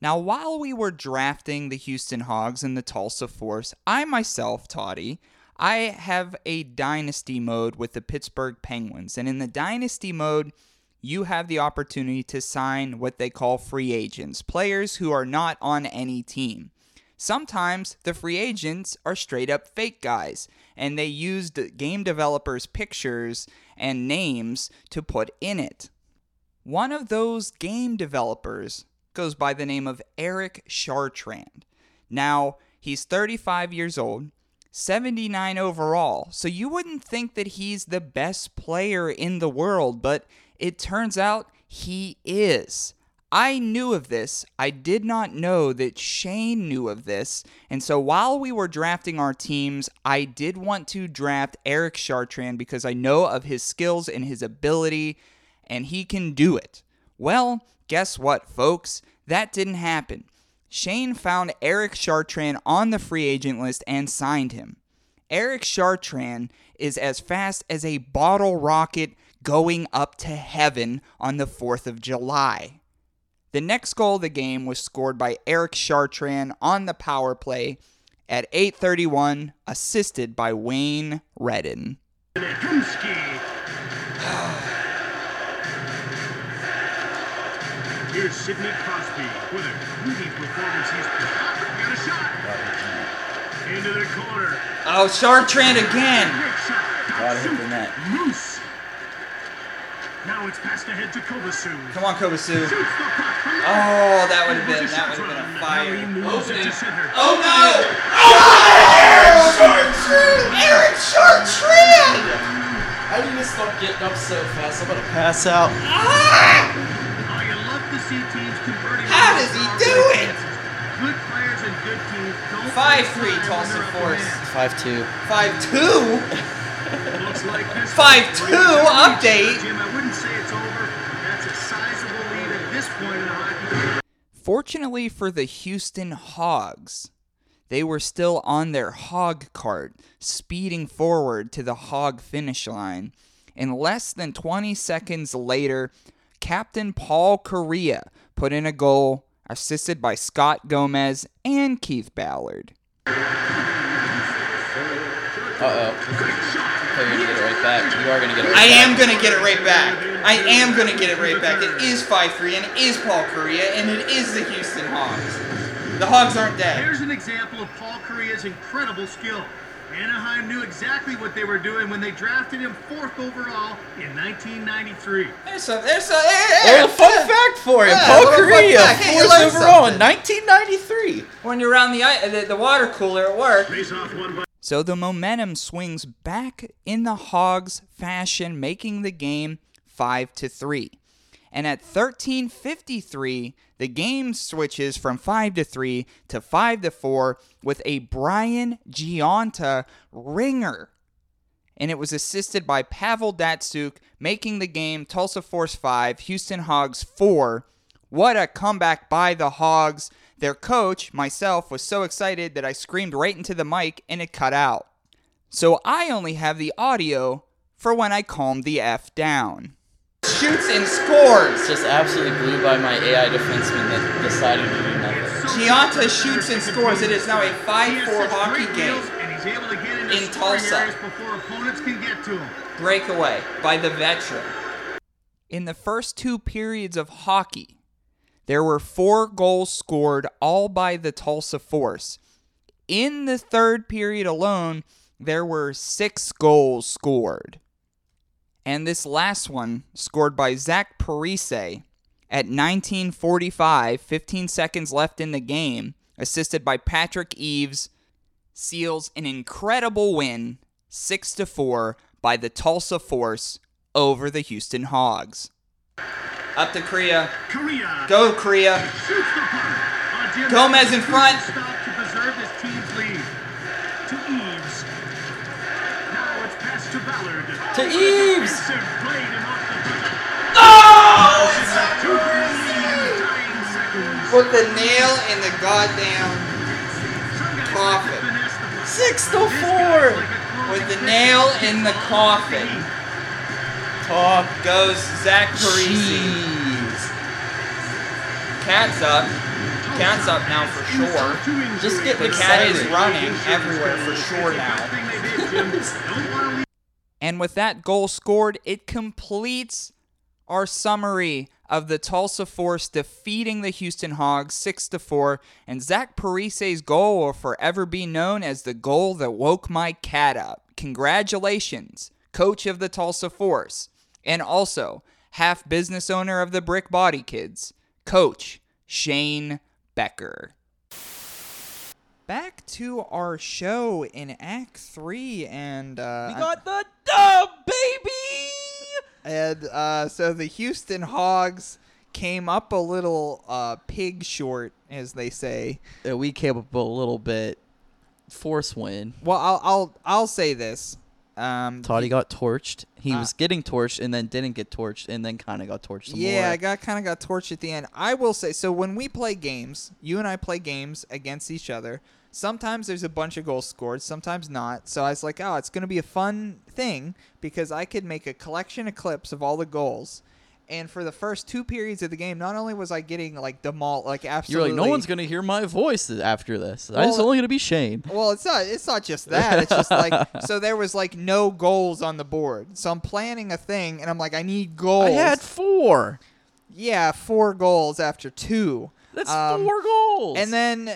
C: Now, while we were drafting the Houston Hogs and the Tulsa Force, I myself, Toddy, I have a dynasty mode with the Pittsburgh Penguins. And in the dynasty mode, you have the opportunity to sign what they call free agents, players who are not on any team. Sometimes the free agents are straight up fake guys, and they used game developers' pictures and names to put in it. One of those game developers goes by the name of Eric Chartrand. Now, he's 35 years old, 79 overall, so you wouldn't think that he's the best player in the world, but it turns out he is. I knew of this. I did not know that Shane knew of this. And so while we were drafting our teams, I did want to draft Eric Chartrand because I know of his skills and his ability and he can do it. Well, guess what, folks? That didn't happen. Shane found Eric Chartrand on the free agent list and signed him. Eric Chartrand is as fast as a bottle rocket going up to heaven on the 4th of July. The next goal of the game was scored by Eric Chartrand on the power play at 8:31 assisted by Wayne Redden.
A: Kumski. *sighs* Here's Sidney Crosby. What a gritty performance he's put. Got a shot. Into the corner.
C: Oh, Chartrand again.
A: Great shot.
B: Gotta hit the net.
A: Moose. Now it's passed ahead to Kovasu.
C: Come on, Kobasu.
A: Shoots the puck from
C: Oh,
A: the
C: that would have been that would have been a
A: Now he
C: fire.
A: moves it to center.
C: Oh no!
B: Eric Chartrand! How do you stop getting up so fast? I'm gonna pass out.
A: Oh, you love to see teams converting.
C: How does he do it?
A: Good players and good teams don't.
C: 5-3
A: waste time
C: Tulsa
A: when they're up
C: Force.
A: a man.
B: Five two.
C: Five two.
A: Looks like this.
C: 5-2 update.
A: Jim, I wouldn't say it's over. That's a sizable lead at this point in the hockey.
C: Fortunately for the Houston Hogs, they were still on their hog cart, speeding forward to the hog finish line. And less than 20 seconds later, Captain Paul Correa put in a goal, assisted by Scott Gomez and Keith Ballard.
F: Uh-oh. So you're going to get it right back. You are going to get it right
E: I
F: back.
E: am gonna get it right back. I am gonna get it right back. It is 5-3, and it is Paul Korea, and it is the Houston Hogs. The Hogs aren't dead.
A: Here's an example of Paul Korea's incredible skill. Anaheim knew exactly what they were doing when they drafted him fourth overall in 1993.
E: There's some. There's some. eh, eh,
F: There's a fun
E: eh.
F: fact for you.
E: Yeah,
F: Paul
E: little fun
F: Korea,
E: fact. Hey, you
F: fourth
E: learned
F: overall in
E: something.
F: 1993.
E: When you're around the, i- the the water cooler at work,
A: Face off one by
C: So the momentum swings back in the Hogs fashion, making the game 5 to 3. And at 13:53, the game switches from 5 to 3 to 5 to 4 with a Brian Giunta ringer. And it was assisted by Pavel Datsuk, making the game Tulsa Force 5, Houston Hogs 4. What a comeback by the Hogs. Their coach, myself, was so excited that I screamed right into the mic and it cut out. So I only have the audio for when I calmed the F down.
E: shoots and scores.
F: It's just absolutely blew by my AI defenseman that decided to do nothing.
E: Gianta shoots and scores. It is now a 5-4 hockey game.
A: And he's able to get
E: in
A: into scoring
E: Tulsa.
A: areas before opponents can get to him.
E: Breakaway by the veteran.
C: In the first two periods of hockey, there were four goals scored, all by the Tulsa Force. In the third period alone, there were six goals scored. And this last one, scored by Zach Parise at 1945, 15 seconds left in the game, assisted by Patrick Eves, seals an incredible win, 6 to 4, by the Tulsa Force over the Houston Hogs.
E: Up to Korea.
A: Korea
E: Go Korea.
A: shoots the puck. Uh, Jim
E: Gomez in
A: Evans
E: front.
A: Stop to preserve his team's lead. To Eves. Now it's passed to Ballard.
F: To Eves!
A: Anderson played him off the puck.
E: Oh!
A: Two in dying seconds.
E: Put the nail in the goddamn
A: Some guys
E: coffin.
A: like to finesse the puck.
F: Six to
A: This guy's
F: four.
A: like a clone
E: with the
A: of
E: nail
A: Christian
E: in the
A: Paul
E: coffin.
A: Reed.
E: Top goes Zach Parisi.
F: Jeez.
E: Cat's up. Cat's up now for sure.
F: Just get
E: The cat is running everywhere for sure now. *laughs*
A: now.
C: And with that goal scored, it completes our summary of the Tulsa Force defeating the Houston Hogs 6 to 4, and Zach Parise's goal will forever be known as the goal that woke my cat up. Congratulations, coach of the Tulsa Force, and also half business owner of the Brick Body Kids, coach Shane Becker. Back to our show in Act 3 and uh
B: We
C: I'm-
B: got the dub, baby.
C: and uh, so the Houston Hogs came up a little uh, pig short, as they say.
B: Uh, we came up a little bit. Force win.
C: Well, I'll I'll, I'll say this. Um,
B: Toddy got torched. He
F: Uh,
B: was getting torched and then didn't get torched and then kind of got torched some
C: yeah,
B: more.
C: I got kind of got torched at the end. I will say so when we play games, you and I play games against each other. Sometimes there's a bunch of goals scored, sometimes not. So I was like, oh, it's going to be a fun thing because I could make a collection of clips of all the goals. And for the first two periods of the game, not only was I getting like demol, like
B: You're
C: absolutely,
B: like, no one's gonna hear my voice after this. it's
C: Well,
B: only gonna be Shane.
C: Well, it's not. It's not just that. It's
B: *laughs*
C: just like so. There was like no goals on the board, so I'm planning a thing, and I'm like, I need goals.
B: I had four.
C: yeah, four goals after two.
B: That's
C: Um,
B: four goals.
C: And then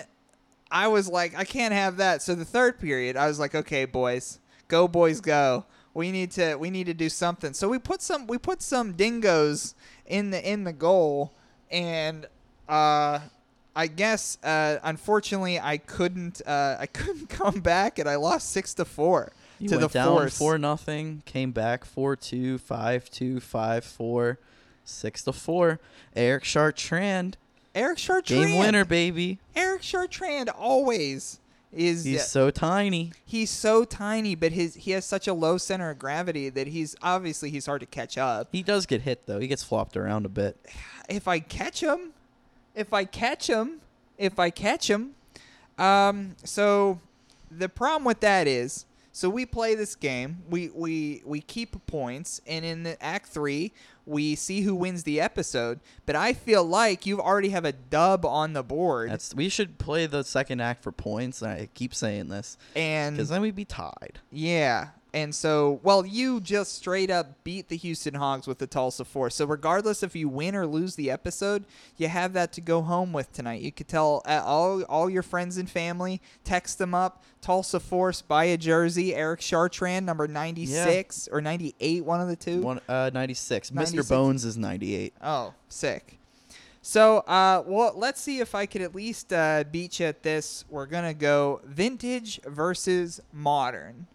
C: I was like, I can't have that. So the third period, I was like, okay, boys, go, boys, go. We need to we need to do something. So we put some we put some dingoes in the in the goal, and uh, I guess uh, unfortunately I couldn't uh, I *laughs* couldn't come back, and I lost six to four
B: you
C: to
B: went
C: the
B: down
C: force.
B: four nothing, came back four two, five two, five four, six to four. Eric Chartrand,
C: Eric Chartrand,
B: game winner, baby.
C: Eric Chartrand always is
B: He's so tiny.
C: he's so tiny, but his he has such a low center of gravity that he's obviously he's hard to catch up.
B: He does get hit though. He gets flopped around a bit.
C: If I catch him, if I catch him, if I catch him, um, so the problem with that is, So we play this game. We we we keep points, and in the Act Three, we see who wins the episode. But I feel like you already have a dub on the board,
B: That's we should play the second act for points. And I keep saying this
C: and
B: because then we'd be tied.
C: Yeah. And so, well, you just straight up beat the Houston Hogs with the Tulsa Force. So, regardless if you win or lose the episode, you have that to go home with tonight. You could tell uh, all, all your friends and family, text them up, Tulsa Force, buy a jersey, Eric Chartrand, number 96 or 98, one of the two.
B: One uh, ninety six. Mister
C: 96.
B: Bones is ninety eight.
C: Oh, sick. So, uh, well, let's see if I could at least uh, beat you at this. We're gonna go vintage versus modern.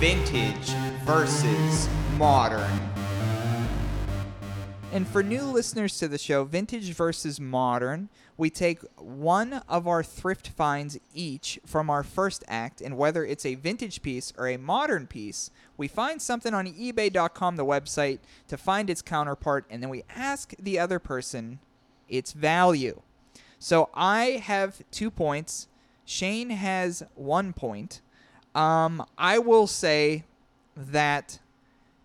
C: Vintage versus modern. And for new listeners to the show, vintage versus modern, we take one of our thrift finds each from our first act, and whether it's a vintage piece or a modern piece, we find something on eBay.com, the website, to find its counterpart, and then we ask the other person its value. So I have two points. Shane has one point. Um, I will say that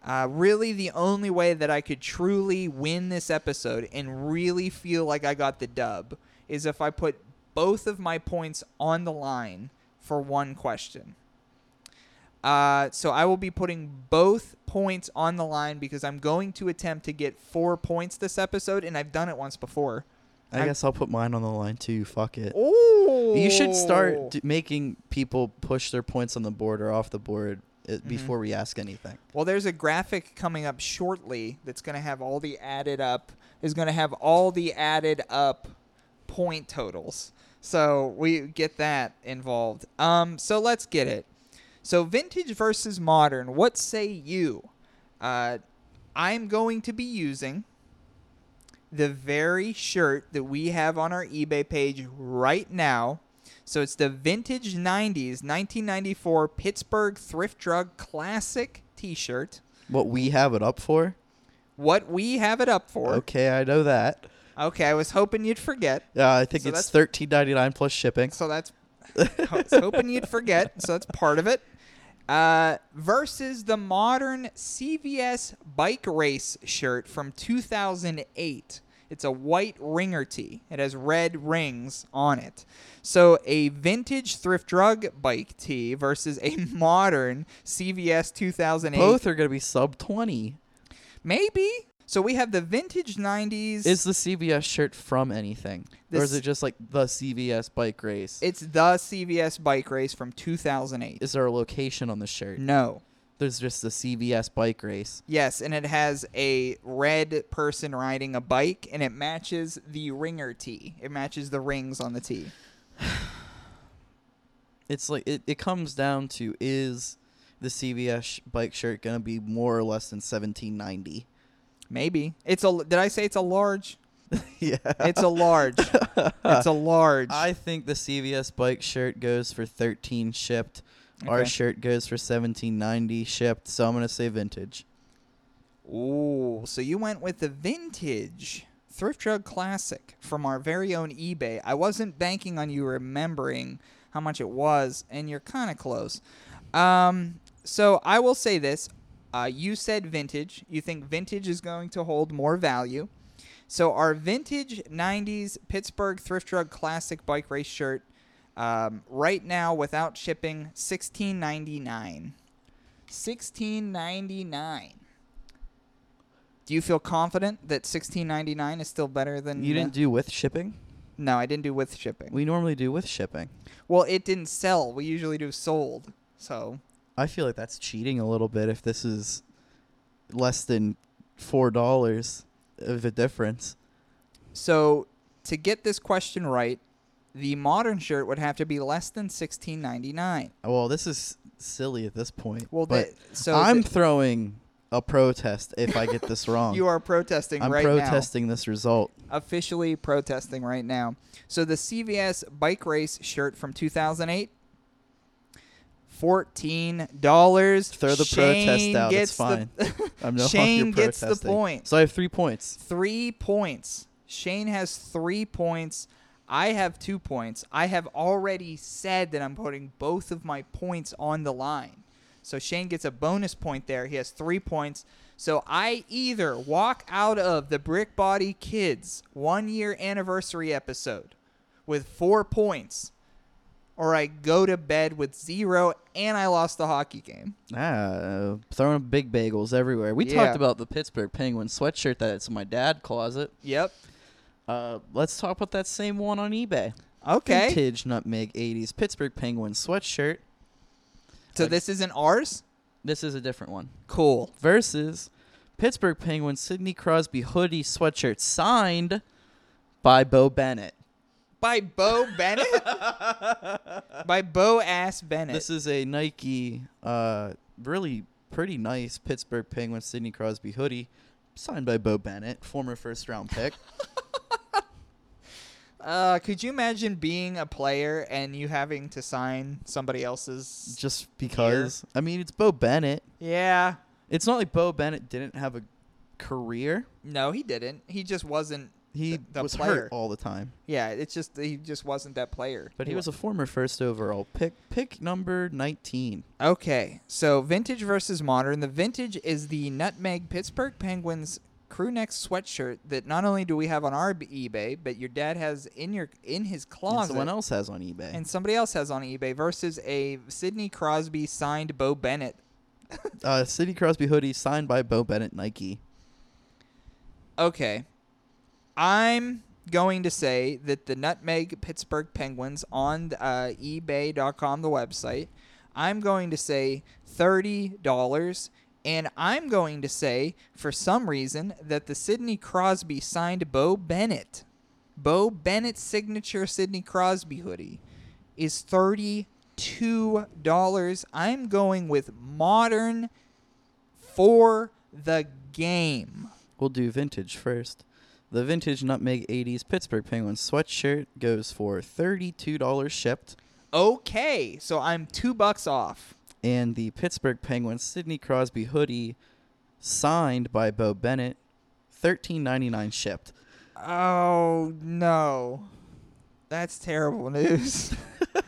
C: uh, really, the only way that I could truly win this episode and really feel like I got the dub is if I put both of my points on the line for one question. Uh, so I will be putting both points on the line because I'm going to attempt to get four points this episode, and I've done it once before.
B: I
C: I'm-
B: guess I'll put mine on the line too. Fuck it.
C: Oh,
B: You should start d- making people push their points on the board or off the board uh before we ask anything.
C: Well, there's a graphic coming up shortly that's going to have all the added up is going to have all the added up point totals. So we get that involved. Um, so let's get it. So vintage versus modern. What say you? Uh, I'm going to be using the very shirt that we have on our eBay page right now. So it's the vintage 90s 1994 Pittsburgh Thrift Drug Classic t shirt.
B: What we have it up for?
C: What we have it up for.
B: Okay,
C: Okay,
B: I know that.
C: I was hoping you'd forget.
B: Uh, I think
C: So
B: it's
C: that's-
B: thirteen ninety nine plus shipping.
C: So that's I was hoping you'd forget. So that's part of it. Uh, versus the modern CVS bike race shirt from 2008. It's a white ringer tee. It has red rings on it. So a vintage thrift drug bike tee versus a *laughs* modern CVS 2008.
B: Both are gonna be sub twenty.
C: maybe. So we have the vintage 90s.
B: Is the CVS shirt from anything, or is
C: This-
B: it just like the CVS bike race?
C: it's the CVS bike race from 2008.
B: is there a location on the shirt?
C: no.
B: There's just the CVS bike race.
C: Yes, and it has a red person riding a bike, and it matches the ringer tee. It matches the rings on the tee.
B: It's like it, it comes down to is the CVS sh- bike shirt gonna be more or less than seventeen ninety? *laughs*
C: Maybe it's a. Did I say it's a large?
B: yeah.
C: It's a large. it's a large.
B: I think the CVS bike shirt goes for 13 shipped. Our
C: Okay.
B: shirt goes for 1790 shipped, so I'm going to say vintage.
C: Ooh, so you went with the vintage thrift drug classic from our very own eBay. I wasn't banking on you remembering how much it was, and you're kind of close. Um, so I will say this: uh, you said vintage. You think vintage is going to hold more value. So our vintage '90s Pittsburgh thrift drug classic bike race shirt, um, right now without shipping, sixteen ninety nine. Sixteen ninety nine. Do you feel confident that sixteen ninety nine is still better than
B: You didn't
C: the-
B: do with shipping?
C: No, I didn't do with shipping.
B: We normally do with shipping.
C: well, it didn't sell. We usually do sold. So
B: I feel like that's cheating a little bit if this is less than $4 of a difference.
C: So to get this question right, the modern shirt would have to be less than sixteen ninety nine.
B: Well, this is silly at this point.
C: Well,
B: but
C: the- so
B: I'm
C: the-
B: throwing a protest if I get *laughs* this wrong.
C: You are protesting
B: Um, I'm
C: right
B: protesting this result.
C: now. Officially protesting right now. So the CVS bike race shirt from two thousand eight. Fourteen dollars.
B: Throw the protest out. It's
C: *laughs*
B: fine. I'm no
C: Shane
B: longer
C: gets
B: protesting.
C: the point.
B: So I have three points.
C: three points. Shane has three points. I have two points. I have already said that I'm putting both of my points on the line. So Shane gets a bonus point there. He has three points. So I either walk out of the Brick Body Kids one year anniversary episode with four points, or I go to bed with zero and I lost the hockey game.
B: Ah, throwing big bagels everywhere. We
C: Yeah.
B: talked about the Pittsburgh Penguins sweatshirt that's in my dad closet.
C: Yep.
B: Uh, let's talk about that same one on eBay.
C: Okay.
B: Vintage Nutmeg 80s Pittsburgh Penguins sweatshirt.
C: So this isn't ours?
B: This is a different one.
C: Cool.
B: Versus Pittsburgh Penguins Sidney Crosby hoodie sweatshirt signed by Bo Bennett.
C: By Bo Bennett? By Bo Ass Bennett.
B: This is a Nike, uh, really pretty nice Pittsburgh Penguins Sidney Crosby hoodie signed by Bo Bennett, former first round
C: *laughs*
B: pick.
C: uh, could you imagine being a player and you having to sign somebody else's?
B: just because. I mean, it's Bo Bennett.
C: Yeah.
B: It's not like Bo Bennett didn't have a career.
C: No, he didn't. He just wasn't.
B: He
C: the, the
B: was
C: player.
B: hurt all the time.
C: Yeah, it's just he just wasn't that player.
B: But he was a former first overall pick, pick number 19.
C: Okay, so vintage versus modern. The vintage is the Nutmeg Pittsburgh Penguins crew neck sweatshirt that not only do we have on our eBay, but your dad has in your in his
B: And
C: closet.
B: someone else has on eBay.
C: and somebody else has on eBay versus a Sidney Crosby signed Bo Bennett.
B: uh, Sidney Crosby hoodie signed by Bo Bennett Nike.
C: Okay. I'm going to say that the Nutmeg Pittsburgh Penguins on uh, eBay.com, the website, I'm going to say $30. And I'm going to say, for some reason, that the Sidney Crosby signed Bo Bennett, Bo Bennett signature Sidney Crosby hoodie is $32. I'm going with modern for the game.
B: We'll do vintage first. The vintage Nutmeg 80s Pittsburgh Penguins sweatshirt goes for $32 shipped.
C: Okay, so I'm two bucks off.
B: And the Pittsburgh Penguins Sidney Crosby hoodie signed by Bo Bennett, $13.99 shipped.
C: Oh no, that's terrible news.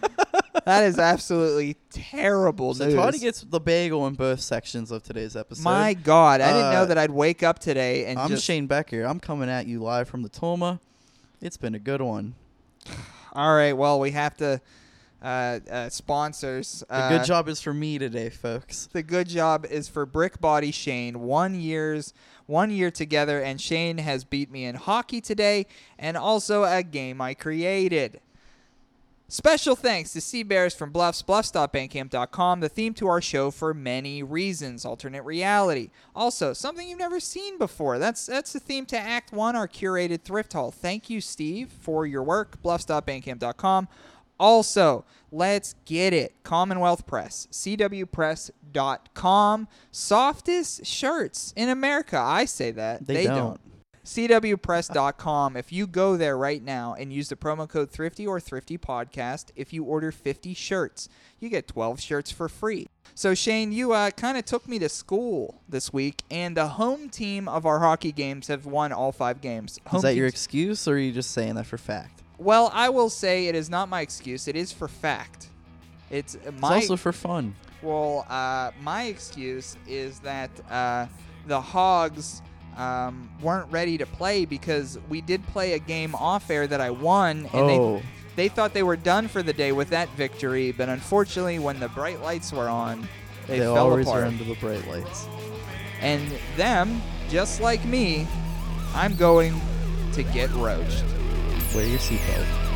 B: *laughs*
C: that is absolutely terrible
B: So
C: news.
B: Toddy gets the bagel in both sections of today's episode.
C: My God, I didn't know
B: uh,
C: that I'd wake up today and
B: I'm
C: just.
B: Shane Becker. I'm coming at you live from the Toma. It's been a good one.
C: All right, well we have to uh, uh, sponsors.
B: The
C: Uh,
B: good job is for me today, folks.
C: The good job is for Brick Body Shane. One years, one year together, and Shane has beat me in hockey today, and also a game I created. Special thanks to Sea Bears from Bluffs, bluffs.bandcamp.com, the theme to our show for many reasons, alternate reality. Also, something you've never seen before. That's that's the theme to Act 1, our curated thrift haul. Thank you, Steve, for your work, bluffs.bandcamp.com. Also, let's get it. Commonwealth Press, cwpress.com. Softest shirts in America. I say that.
B: They don't.
C: CWPress.com. If you go there right now and use the promo code Thrifty or Thrifty Podcast, if you order 50 shirts, you get 12 shirts for free. So, Shane, you uh, kind of took me to school this week, and the home team of our hockey games have won all five games. Home
B: Is that
C: teams-
B: your excuse, or are you just saying that for fact?
C: well, I will say it is not my excuse. It is for fact. It's
B: It's
C: my
B: also for fun.
C: well, uh, my excuse is that uh, the Hogs um, weren't ready to play because we did play a game off air that I won, and
B: Oh.
C: they, they thought they were done for the day with that victory. But unfortunately, when the bright lights were on, they,
B: They
C: fell
B: always are
C: apart.
B: under the bright lights.
C: And them, just like me, I'm going to get roached.
B: Wear your seatbelt.